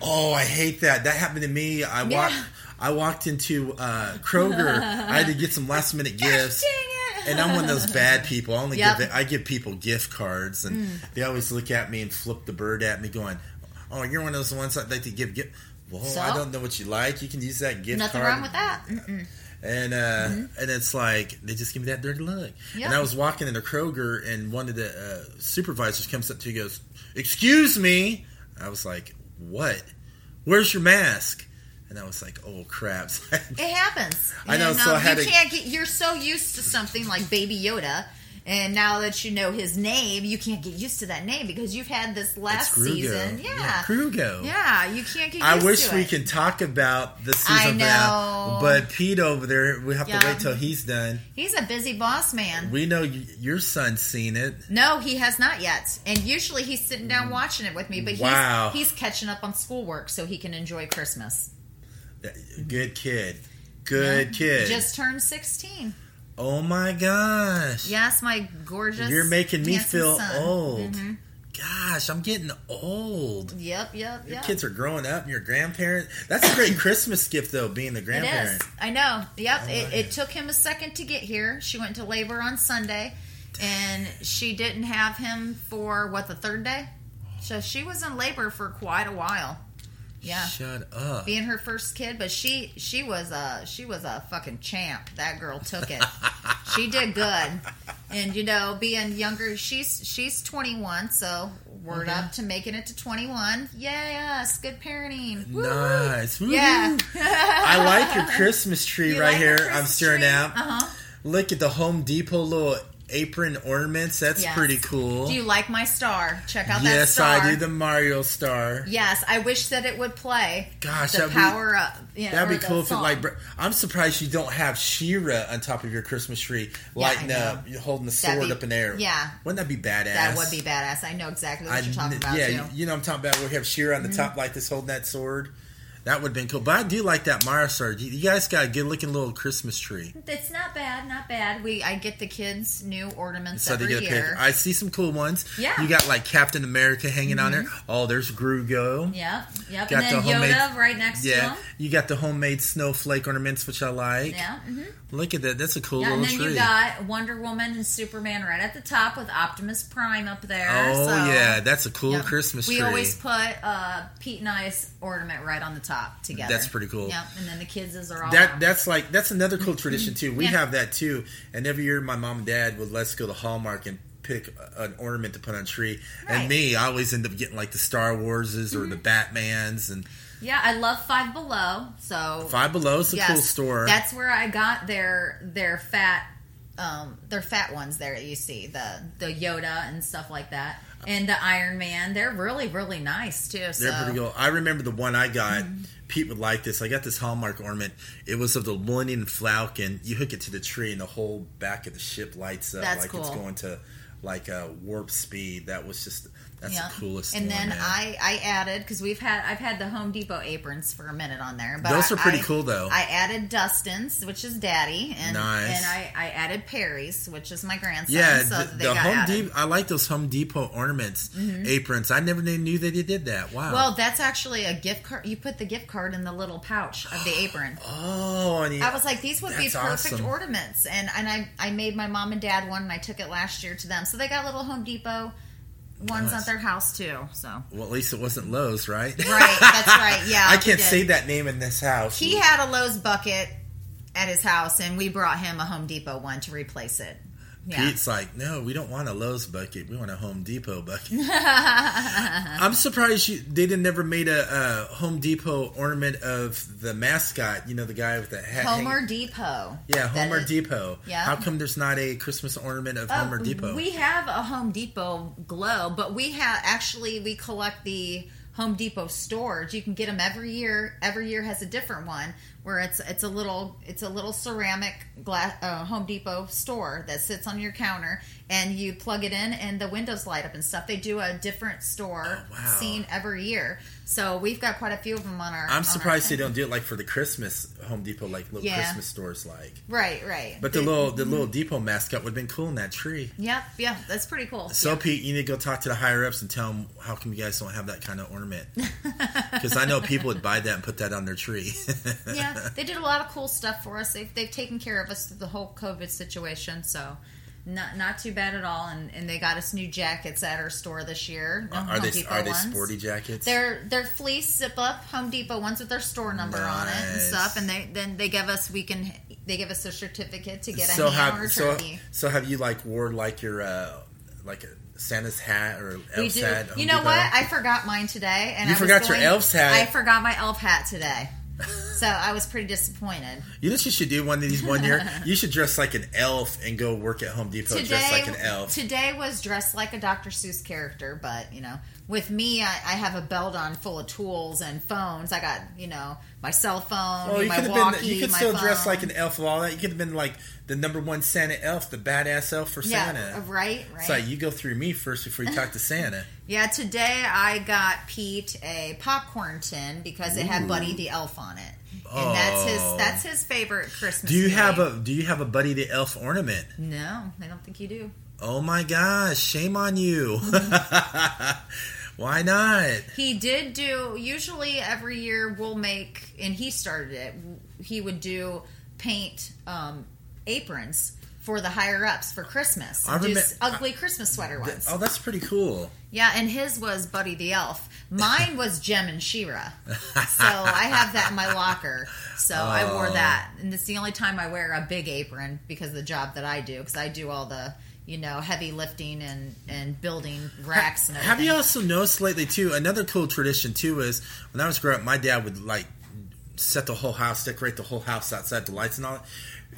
S1: Oh, I hate that. That happened to me. I
S2: Yeah.
S1: walked. I walked into uh, Kroger. I had to get some last
S2: [LAUGHS]
S1: minute gifts.
S2: Dang it!
S1: And I'm one of those bad people. I only
S2: Yep. Mm.
S1: give I give people gift cards, and they always look at me and flip the bird at me, going, "Oh, you're one of those ones that like to give gift." Well, I
S2: So?
S1: don't know what you like. You can use that gift
S2: Nothing
S1: card.
S2: wrong with that. Mm-mm.
S1: And uh, and it's like they just give me that dirty look.
S2: Mm-hmm. Yeah.
S1: And I was walking into Kroger, and one of the uh, supervisors comes up to me and goes, "Excuse me." I was like, "What? Where's your mask?" And I was like, "Oh crap!" [LAUGHS] So I-
S2: It happens.
S1: I know,
S2: You
S1: so I had
S2: you
S1: to-
S2: can't get. You're so used to something like Baby Yoda, and now that you know his name, you can't get used to that name because you've had this
S1: it's
S2: last
S1: Grugo.
S2: season. Yeah. yeah.
S1: Grugo.
S2: you can't get used
S1: I wish
S2: to
S1: we
S2: it.
S1: could talk about the
S2: I
S1: season
S2: know.
S1: now, but Pete over there, we have
S2: Yeah.
S1: to wait till he's done.
S2: He's a busy boss man.
S1: We know y- your son's seen it.
S2: No, he has not yet. And usually he's sitting down watching it with me, but
S1: Mm. Wow.
S2: he's, he's catching up on schoolwork so he can enjoy Christmas.
S1: Good kid. Good kid.
S2: Just turned 16.
S1: oh my gosh.
S2: Yes, my gorgeous.
S1: You're making me
S2: handsome
S1: feel
S2: son.
S1: old.
S2: Mm-hmm.
S1: Gosh, I'm getting old.
S2: Yep, yep,
S1: Your
S2: yep.
S1: kids are growing up and your grandparent. That's a great
S2: [COUGHS]
S1: Christmas gift, though, being the
S2: It
S1: grandparent.
S2: is. I know. Yep.
S1: Oh,
S2: It,
S1: yeah.
S2: it took him a second to get here. She went to labor on Sunday, and she didn't have him for what the third day. So she was in labor for quite a while. Yeah,
S1: Shut up.
S2: being her first kid, but she she was a she was a fucking champ. That girl
S1: [LAUGHS]
S2: took it. she did good, and you know, being younger, she's she's 21. So word
S1: Mm-hmm.
S2: up to making it to 21. Yes, good parenting. Woo.
S1: Nice. Woo-hoo.
S2: Yeah. [LAUGHS]
S1: I like your Christmas tree
S2: You
S1: right
S2: like
S1: here.
S2: our
S1: I'm
S2: Christmas
S1: staring
S2: tree?
S1: at.
S2: Uh-huh.
S1: Look at the Home Depot little apron ornaments. That's
S2: Yes.
S1: pretty cool.
S2: Do you like my star? Check out that
S1: yes,
S2: star.
S1: I do the Mario star.
S2: Yes, I wish that it would play.
S1: Gosh,
S2: the
S1: that'd be-
S2: power up. You know,
S1: That'd
S2: or
S1: be
S2: the
S1: cool if it
S2: song.
S1: like. br- I'm surprised you don't have Shira on top of your Christmas tree, lighting
S2: I
S1: up, you're holding the
S2: That'd
S1: sword
S2: be-
S1: up in the air.
S2: yeah.
S1: wouldn't that be badass?
S2: that would be badass. I know exactly what you're talking about
S1: yeah,
S2: too. Mm-hmm.
S1: you know what I'm talking about. We have Shira on the top like this, holding that sword. That would have been cool. But I do like that Mario star. You you guys got a good looking little Christmas tree.
S2: It's not bad, not bad. We I get the kids new ornaments
S1: So they
S2: every
S1: get a pick.
S2: year.
S1: I see some cool ones.
S2: Yeah. Mm-hmm.
S1: You got like Captain America hanging on there. Oh, there's Grugo.
S2: Yep, yep.
S1: Got
S2: and then
S1: the homemade-
S2: Yoda right next to
S1: Yeah.
S2: him.
S1: You got the homemade snowflake ornaments, which I like.
S2: Yeah, mhm.
S1: Look at that. That's a cool
S2: yeah.
S1: little
S2: And then
S1: tree.
S2: you got Wonder Woman and Superman right at the top with Optimus Prime up there.
S1: oh
S2: so,
S1: yeah, that's a cool
S2: yeah.
S1: Christmas
S2: we
S1: tree.
S2: always put uh, Pete and I's ornament right on the top together.
S1: That's pretty cool.
S2: Yep, and then the kids' are all
S1: that
S2: out.
S1: that's like that's another cool tradition too. We
S2: Yeah.
S1: have that too, and every year my mom and dad would let's go to Hallmark and pick an ornament to put on a tree.
S2: Right. Mm-hmm.
S1: And me, I always end up getting like the Star Warses or the Batmans and
S2: Yeah, I love Five Below. So
S1: Five Below's a
S2: yes,
S1: cool store.
S2: That's where I got their their fat um their fat ones there that you see the the Yoda and stuff like that and the Iron Man. They're really really nice too. So
S1: They're pretty cool. I remember the one I got. Pete would like this. I got this Hallmark ornament. It was of the Millennium Falcon. You hook it to the tree, and the whole back of the ship lights up
S2: That's
S1: like it's
S2: cool.
S1: going to like uh, warp speed. That was just that's
S2: yeah.
S1: the coolest.
S2: And
S1: one,
S2: then
S1: man.
S2: I I added because we've had I've had the Home Depot aprons for a minute on there. But
S1: Those
S2: I-
S1: are pretty
S2: I-
S1: cool, though.
S2: I added Dustin's, which is Daddy, and
S1: Nice.
S2: and I I added Perry's, which is my grandson.
S1: yeah,
S2: so
S1: the,
S2: they
S1: the
S2: got
S1: Home
S2: added. Mm-hmm.
S1: Depot. I like those Home Depot ornaments, aprons. I never knew that they did that. Wow.
S2: Well, that's actually a gift card. You put the gift card in the little pouch of the apron.
S1: oh, and you,
S2: I was like, these would be
S1: That's
S2: perfect
S1: awesome.
S2: ornaments, and and I I made my mom and dad one, and I took it last year to them, so they got little Home Depot ones
S1: Nice.
S2: at their house too. So
S1: well, at least it wasn't Lowe's, right?
S2: right,
S1: [LAUGHS]
S2: that's right. Yeah,
S1: I
S2: we
S1: can't
S2: did.
S1: say that name in this house.
S2: He had a Lowe's bucket at his house, and we brought him a Home Depot one to replace it. Yeah.
S1: Pete's like, no, we don't want a Lowe's bucket. We want a Home Depot
S2: [LAUGHS]
S1: bucket. [LAUGHS] I'm surprised you, they didn't never made a, a Home Depot ornament of the mascot. You know, the guy with the hat. hanging-
S2: Homer Depot.
S1: Yeah,
S2: That
S1: Homer
S2: is-
S1: Depot.
S2: Yeah.
S1: How come there's not a Christmas ornament of
S2: Oh,
S1: Homer Depot?
S2: We have a Home Depot glow, but we have actually we collect the Home Depot storage. You can get them every year. Every year has a different one where it's it's a little it's a little ceramic glass uh, Home Depot store that sits on your counter and you plug it in and the windows light up and stuff. They do a different store
S1: Oh, wow.
S2: scene every year. So we've got quite a few of them on our on our
S1: I'm surprised they
S2: thing.
S1: don't do it like for the Christmas Home Depot, like little
S2: Yeah. mm-hmm.
S1: Christmas stores, like.
S2: Right, right.
S1: But the little the little Depot mascot would have been cool in that tree.
S2: Yep, yeah, that's pretty cool.
S1: So Pete, you need to go talk to the higher ups and tell them how come you guys don't have that kind of ornament?
S2: [LAUGHS]
S1: Because I know people would buy that and put that on their tree. [LAUGHS]
S2: yeah, they did a lot of cool stuff for us. They've, they've taken care of us through the whole COVID situation, so not not too bad at all. And, and they got us new jackets at our store this year. No
S1: are
S2: Home
S1: they
S2: Depot
S1: are they
S2: ones.
S1: sporty jackets?
S2: They're they're fleece zip up Home Depot ones with their store number on it and
S1: Nice.
S2: stuff. And they then they give us we can they give us a certificate to get a
S1: so
S2: ham or
S1: have so,
S2: turkey.
S1: so have you like wore like your uh like a Santa's hat or
S2: we
S1: elf's
S2: do.
S1: hat? at Home
S2: You know
S1: Depot?
S2: what? I forgot mine today, and
S1: You
S2: I
S1: forgot
S2: was
S1: your
S2: going,
S1: elf's hat.
S2: I forgot my elf hat today, so I was pretty disappointed.
S1: you know what you should do one of these one
S2: [LAUGHS]
S1: year? you should dress like an elf and go work at Home Depot dressed like an elf.
S2: Today was dressed like a Dr. Seuss character, but you know, with me, I, I have a belt on full of tools and phones. I got you know my cell phone,
S1: Oh, you
S2: my
S1: could have
S2: walkie,
S1: been. You could
S2: my
S1: still
S2: phone.
S1: dress like an elf of all that. You could have been like the number one Santa elf, the badass elf for
S2: yeah,
S1: Santa.
S2: right, right.
S1: It's like you go through me first before you talk to Santa.
S2: yeah, today I got Pete a popcorn tin because it had Buddy the Elf on it, and that's his
S1: Oh.
S2: that's his favorite Christmas.
S1: Do you
S2: movie.
S1: have a Do you have a Buddy the Elf ornament?
S2: No, I don't think you do.
S1: Oh my gosh! Shame on you. [LAUGHS] Why not?
S2: He did do. Usually, every year we'll make, and he started it. He would do paint um, aprons for the higher ups for Christmas.
S1: I
S2: do
S1: remem-
S2: s- ugly Christmas sweater ones.
S1: Oh, that's pretty cool.
S2: yeah, and his was Buddy the Elf.
S1: [LAUGHS]
S2: Mine was Jem and Shira. So I have that in my locker. So I
S1: Oh.
S2: wore that, and it's the only time I wear a big apron because of the job that I do, because I do all the you know heavy lifting and and building racks and everything.
S1: Have you also noticed lately too? Another cool tradition too is when I was growing up, my dad would like set the whole house, decorate the whole house outside the lights and all. that.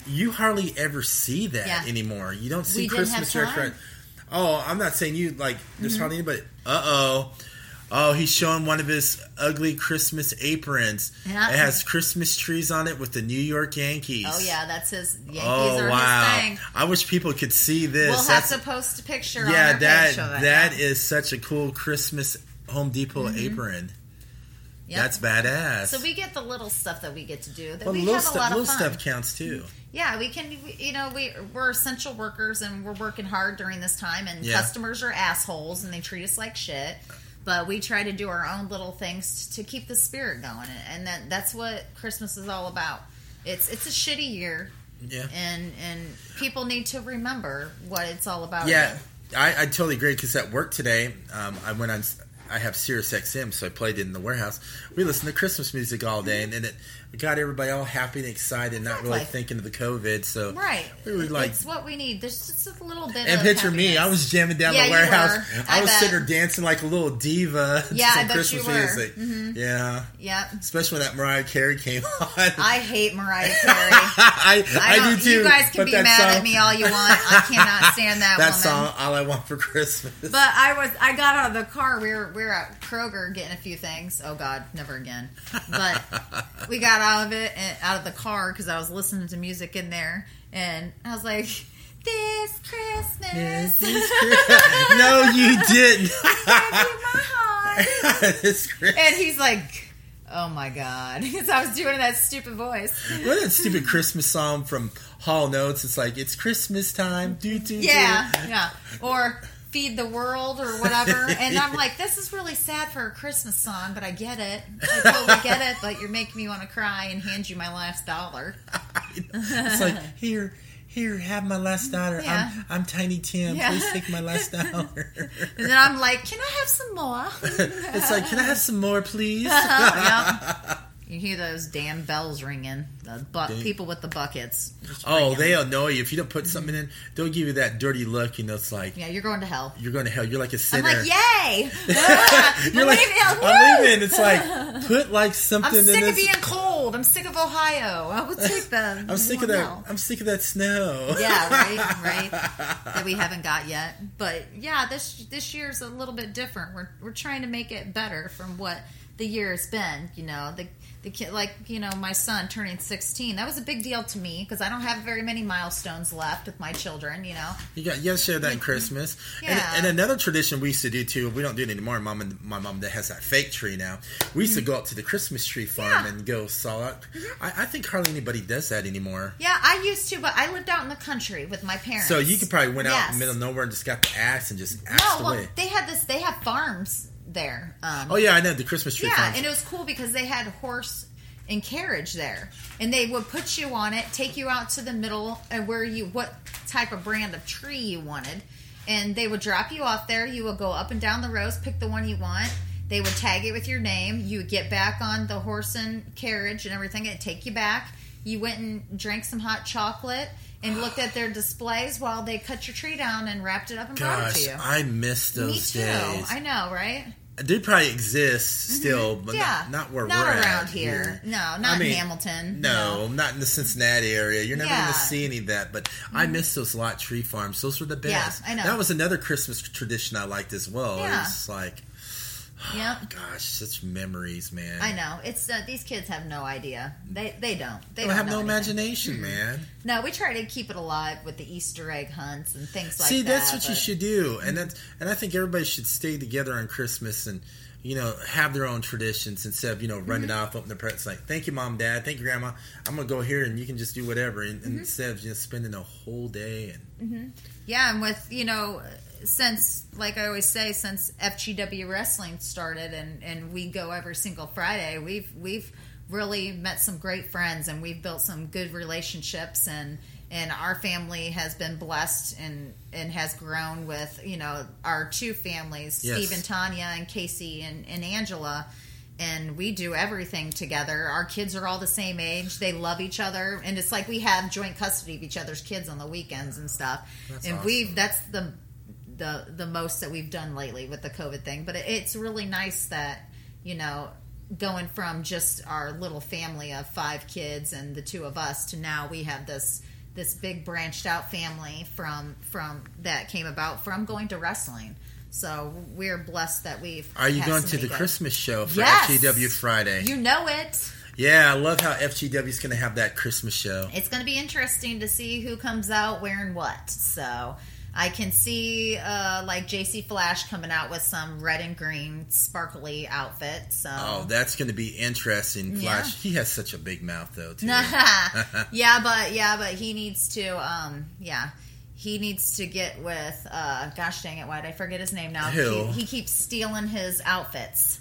S1: You hardly ever see that
S2: Yeah.
S1: anymore. You don't see
S2: We didn't have
S1: Christmas decor.
S2: time. Mm-hmm.
S1: Oh, I'm not saying you like. There's hardly anybody. Uh oh. Oh, he's showing one of his ugly Christmas aprons.
S2: Yeah.
S1: It has Christmas trees on it with the New York Yankees.
S2: Oh yeah, that's his. Yankees
S1: Oh
S2: are
S1: wow!
S2: his thing.
S1: I wish people could see this.
S2: We'll have
S1: That's-
S2: to post a picture.
S1: yeah,
S2: on our
S1: that
S2: page of it.
S1: that is such a cool Christmas Home Depot apron.
S2: Mm-hmm. Yep.
S1: That's badass.
S2: So we get the little stuff that we get to do. That
S1: Well,
S2: we
S1: little
S2: have a
S1: stuff,
S2: lot
S1: little
S2: of fun.
S1: stuff counts too.
S2: Yeah, we can. You know, we we're essential workers and we're working hard during this time. And
S1: Yeah.
S2: customers are assholes and they treat us like shit. But we try to do our own little things to keep the spirit going, and that that's what Christmas is all about. It's it's a shitty year,
S1: Yeah,
S2: and and people need to remember what it's all about.
S1: yeah. I, I totally agree because at work today, um, I went on. s- I have Sirius XM, so I played it in the warehouse. We listened to Christmas music all day, and, and it got everybody all happy and excited, not really
S2: Mm-hmm. Exactly.
S1: thinking of the COVID. So
S2: Right.
S1: we were like.
S2: it's what we need. There's just a little bit.
S1: And
S2: of
S1: picture me, I
S2: happiness.
S1: was jamming down
S2: Yeah,
S1: the
S2: you
S1: warehouse.
S2: were.
S1: I
S2: I
S1: was
S2: bet.
S1: sitting there dancing like a little diva to [LAUGHS]
S2: Yeah, I
S1: some
S2: bet you
S1: Christmas
S2: were. Mm-hmm.
S1: music. Yeah.
S2: Yep.
S1: especially when that Mariah Carey came [LAUGHS] on.
S2: I
S1: [LAUGHS]
S2: hate Mariah Carey.
S1: I,
S2: I,
S1: I
S2: don't,
S1: do too.
S2: You guys can
S1: but
S2: be
S1: that
S2: mad at
S1: song-
S2: me all you want. I cannot stand that,
S1: [LAUGHS] That
S2: woman.
S1: song, "All I Want for Christmas." [LAUGHS]
S2: But I was I got out of the car. We were we were at Kroger getting a few things. Oh God, never again.
S1: [LAUGHS]
S2: But we got out of it and out of the car because I was listening to music in there, and I was like, "This Christmas, give me
S1: no, you didn't. [LAUGHS]
S2: my heart."
S1: it's
S2: [LAUGHS]
S1: great.
S2: And he's like, "Oh my God!" [LAUGHS] Because I was doing that stupid
S1: [LAUGHS]
S2: voice.
S1: What that stupid Christmas song from Hall Notes? It's like it's Christmas time. Do do. do."
S2: Yeah, yeah. Or feed the world or whatever. And I'm like, this is really sad for a Christmas song, but I get it. I totally get it. But you're making me want to cry and hand you my last dollar.
S1: It's like
S2: [LAUGHS]
S1: here. Here, have my last dollar.
S2: Yeah.
S1: I'm, I'm Tiny Tim.
S2: Yeah.
S1: Please take my
S2: [LAUGHS]
S1: last dollar. [LAUGHS]
S2: And then I'm like, can I have some more? [LAUGHS] Uh-huh.
S1: it's like, can I have some more, please?
S2: yeah. You hear those damn bells ringing. The bu-
S1: Dang.
S2: people with the buckets. just
S1: Oh,
S2: ringing.
S1: they'll know you if you don't put something in. They'll give you that dirty look, you know. It's like
S2: Yeah, you're going to hell.
S1: you're going to hell. You're like a
S2: I'm
S1: sinner.
S2: like, yay! [LAUGHS]
S1: [LAUGHS]
S2: I'm
S1: You're like,
S2: leaving. I'm like,
S1: I'm
S2: woo!
S1: leaving. It's
S2: [LAUGHS]
S1: like put like something
S2: I'm
S1: in
S2: sick
S1: this.
S2: of being cold. I'm sick of Ohio.
S1: [LAUGHS]
S2: I would take the.
S1: I'm sick of
S2: warm
S1: that.
S2: milk.
S1: I'm sick of that snow.
S2: yeah, right, right. That we haven't got yet, but yeah, this this year's a little bit different. We're we're trying to make it better from what the year has been. You know, the the kid, like you know, my son turning sixteen. That was a big deal to me because I don't have very many milestones left with my children. You know,
S1: [LAUGHS] You got you gotta share that in Christmas.
S2: Yeah.
S1: And, and another tradition we used to do too. We don't do it anymore. Mom and my mom that has that fake tree now. We used to go up to the Christmas tree farm
S2: Mm-hmm. Yeah. Mm-hmm.
S1: and go saw out. I, I think hardly anybody does that anymore.
S2: yeah, I used to, but I lived out in the country with my parents.
S1: So you could probably went out in
S2: Yes.
S1: the middle of nowhere and just got the axe and just
S2: no,
S1: axed
S2: well,
S1: away.
S2: they had this. They have farms there. Um,
S1: Oh yeah, I know the Christmas tree
S2: Yeah,
S1: farm.
S2: and it was cool because they had horse and carriage there, and they would put you on it, take you out to the middle, and where you what type of brand of tree you wanted, and they would drop you off there. You would go up and down the rows, pick the one you want. They would tag it with your name. You would get back on the horse and carriage and everything. It'd take you back. You went and drank some hot chocolate and looked at their displays while they cut your tree down and wrapped it up and brought it to
S1: Gosh,
S2: you.
S1: I miss
S2: Me
S1: those
S2: too.
S1: days.
S2: I know, right?
S1: they probably exist still, but
S2: Mm-hmm. yeah,
S1: not, not where
S2: not
S1: we're at
S2: around here. No, not
S1: I
S2: in
S1: mean,
S2: Hamilton.
S1: No, not in the Cincinnati area. You're never
S2: Yeah. Mm-hmm.
S1: going to see any of that. But I miss those lot tree farms. Those were the
S2: Yeah,
S1: best.
S2: I know.
S1: That was another Christmas tradition I liked as well.
S2: Yeah.
S1: It was like,
S2: Yep.
S1: gosh, such memories, man.
S2: I know. It's uh, these kids have no idea. They they don't. They
S1: I
S2: don't
S1: have
S2: know
S1: no
S2: anything.
S1: imagination, man.
S2: No, we try to keep it alive with the Easter egg hunts and things like
S1: See,
S2: that.
S1: that's what you
S2: but-
S1: should do, and that's and I think everybody should stay together on Christmas and you know have their own traditions instead of you know running
S2: Mm-hmm.
S1: off open the presents like thank you mom dad thank you grandma I'm gonna go here and you can just do whatever and,
S2: Mm-hmm.
S1: and instead of just spending a whole day and
S2: Yeah, and with you know, since like I always say, since FGW wrestling started and and we go every single Friday, we've we've really met some great friends and we've built some good relationships and and our family has been blessed and and has grown with you know our two families,
S1: Yes.
S2: Steve and Tanya and Casey and, and Angela. And we do everything together. Our kids are all the same age. They love each other, and it's like we have joint custody of each other's kids on the weekends and stuff
S1: That's
S2: and
S1: awesome.
S2: we've that's the the the most that we've done lately with the COVID thing. But it, it's really nice that you know going from just our little family of five kids and the two of us to now we have this this big branched out family from from that came about from going to wrestling. So we're blessed that we've.
S1: are you
S2: had
S1: going
S2: so
S1: to
S2: many
S1: the
S2: good-
S1: Christmas show for
S2: Yes!
S1: FGW Friday
S2: You know it.
S1: yeah I love how FGW's gonna have that Christmas show
S2: It's going to be interesting to see who comes out wearing what. So I can see uh, like JC Flash coming out with some red and green sparkly outfit. So. [LAUGHS]
S1: oh that's gonna be interesting
S2: Yeah.
S1: Flash he has such a big mouth though
S2: [LAUGHS]
S1: too
S2: yeah, but yeah, but he needs to. Um, yeah, he needs to get with. Uh, gosh dang it, why did I forget his name now?
S1: Who?
S2: He, he keeps stealing his outfits.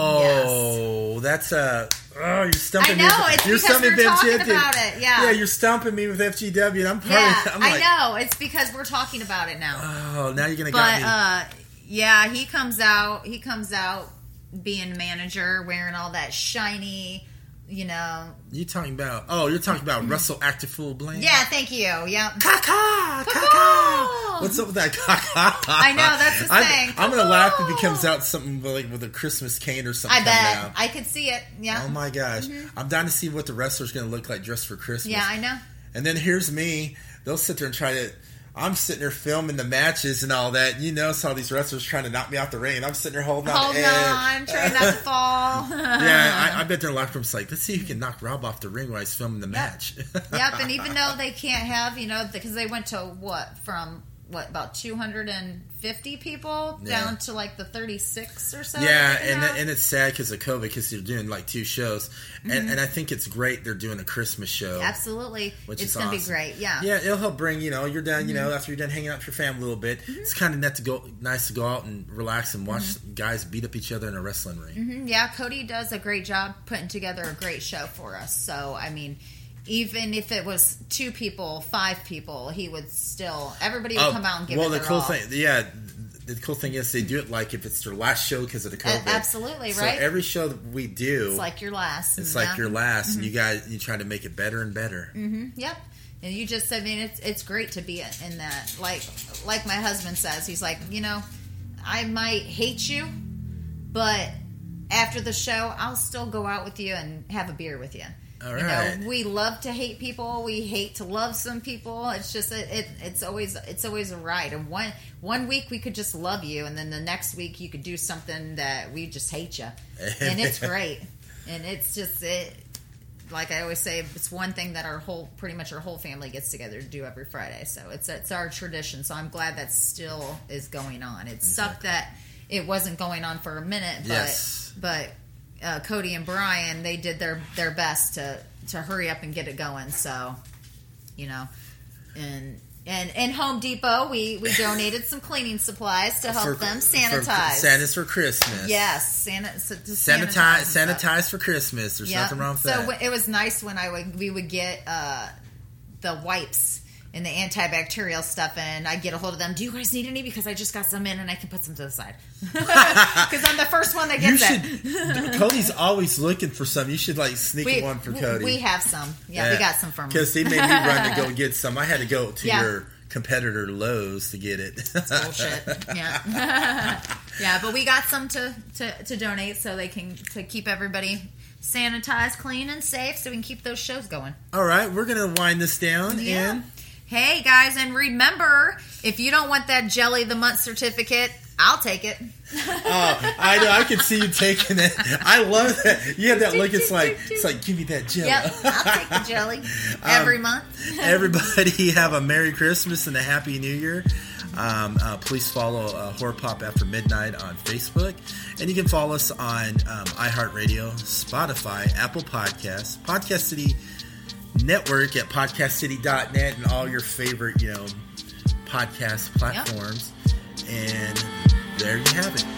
S1: Oh, that's a. Oh, you're stumping me.
S2: I know, it's
S1: you're
S2: because we
S1: me
S2: were
S1: with
S2: talking
S1: FGW.
S2: about it, yeah.
S1: Yeah, you're stomping me with FGW, and I'm part
S2: Yeah,
S1: of, I'm
S2: I
S1: like,
S2: know. It's because we're talking about it now.
S1: Oh, now you're gonna got
S2: but
S1: me.
S2: uh yeah he comes out he comes out being manager wearing all that shiny you know
S1: you talking about? Oh, you're talking about Russell Actifool Blaine.
S2: Mm-hmm. yeah thank you yeah
S1: Caca,
S2: Caw-caw!
S1: caca. What's up with that [LAUGHS] caca?
S2: I know, that's the
S1: I'm,
S2: thing.
S1: I'm gonna laugh if
S2: Caw-caw!
S1: it comes out something like with a Christmas cane or something.
S2: i bet
S1: coming out.
S2: i could see it yeah
S1: Oh my gosh! I'm dying to see what the wrestler's gonna look like dressed for Christmas.
S2: yeah i know
S1: And then here's me. They'll sit there and try to. I'm sitting there filming the matches and all that. You know, saw these wrestlers trying to knock me out the ring. and I'm sitting there holding on.
S2: hold
S1: the edge.
S2: on
S1: [LAUGHS]
S2: trying not to fall
S1: Yeah,
S2: Um,
S1: I, I bet their locker room's like, let's see who can knock Rob off the ring while he's filming the match.
S2: [LAUGHS]
S1: [LAUGHS]
S2: yep and even though they can't have you know because they went to what from what about 250 people
S1: Yeah.
S2: down to like the 36 or so
S1: yeah,
S2: that they
S1: and
S2: have?
S1: and it's sad because of COVID because they're doing like two shows,
S2: Mm-hmm.
S1: and and I think it's great they're doing a Christmas show.
S2: absolutely
S1: Which
S2: it's
S1: is
S2: gonna be
S1: awesome.
S2: great
S1: Yeah, it'll help bring you know you're done you
S2: Mm-hmm.
S1: know after you're done hanging out with your family a little bit. It's kind of nice to go nice to go out and relax and watch
S2: Mm-hmm.
S1: guys beat up each other in a wrestling ring.
S2: Yeah, Cody does a great job putting together a great show for us. So, I mean, even if it was two people, five people, he would still everybody would come out and give
S1: Oh, well, the
S2: it their
S1: cool
S2: all.
S1: thing, yeah, the cool thing is they do it like if it's their last show because of the
S2: A-
S1: COVID.
S2: absolutely,
S1: So
S2: right?
S1: every show that we do,
S2: it's like your last.
S1: it's
S2: and,
S1: like
S2: yeah. Mm-hmm.
S1: your last, and you guys you try to make it better and better.
S2: Yep. And you just, I mean, it's it's great to be in that. Like, like my husband says, he's like, you know, I might hate you, but after the show, I'll still go out with you and have a beer with you.
S1: All
S2: You
S1: right.
S2: know, we love to hate people. We hate to love some people. It's just it, it it's always it's always a ride. And one one week we could just love you, and then the next week you could do something that we just hate you, and
S1: [LAUGHS]
S2: it's great. And it's just it like I always say, it's one thing that our whole, pretty much our whole family gets together to do every Friday. So it's it's our tradition. So I'm glad that still is going on. It sucked that it wasn't going on for a minute, but
S1: Yes.
S2: but uh, Cody and Brian they did their their best to to hurry up and get it going. So you know, and. And, and Home Depot, we,
S1: [LAUGHS]
S2: we donated some cleaning supplies to help
S1: For-
S2: them
S1: for-
S2: sanitize.
S1: Santas for Christmas.
S2: yes, sanit- s- to
S1: Sanitize,
S2: sanitize and stuff.
S1: sanitize for Christmas. There's
S2: Yeah.
S1: nothing wrong with
S2: so
S1: that.
S2: w- it was nice when I would we would get uh, the wipes and the antibacterial stuff, and I get a hold of them. Do you guys need any? Because I just got some in, and I can put some to the side. [LAUGHS] Because I'm the first one that
S1: [LAUGHS] you
S2: gets
S1: should.
S2: it.
S1: [LAUGHS] Cody's always looking for some. You should like sneak
S2: We,
S1: one for
S2: we-
S1: Cody.
S2: we have some. Yeah, we got some from.
S1: Because they made me run to go get some. I had to go to
S2: Yeah.
S1: your competitor Lowe's to get it.
S2: [LAUGHS]
S1: [LAUGHS]
S2: bullshit. Yeah, [LAUGHS] yeah, but we got some to, to to donate so they can to keep everybody sanitized, clean, and safe, so we can keep those shows going.
S1: All right, we're gonna wind this down.
S2: Yeah.
S1: And
S2: Hey guys, and remember, if you don't want that jelly of the month certificate, I'll take it.
S1: oh, I know I could see you taking it. I love that. You have that look. It's like it's like give me that jello.
S2: Yep, I'll take the jelly every month.
S1: Everybody have a Merry Christmas and a Happy New Year. Um, uh, please follow uh, Horror Pop After Midnight on Facebook. And you can follow us on um, iHeartRadio, Spotify, Apple Podcasts, Podcast City Network at podcastcity.net, and all your favorite, you know, podcast platforms. And there you have it.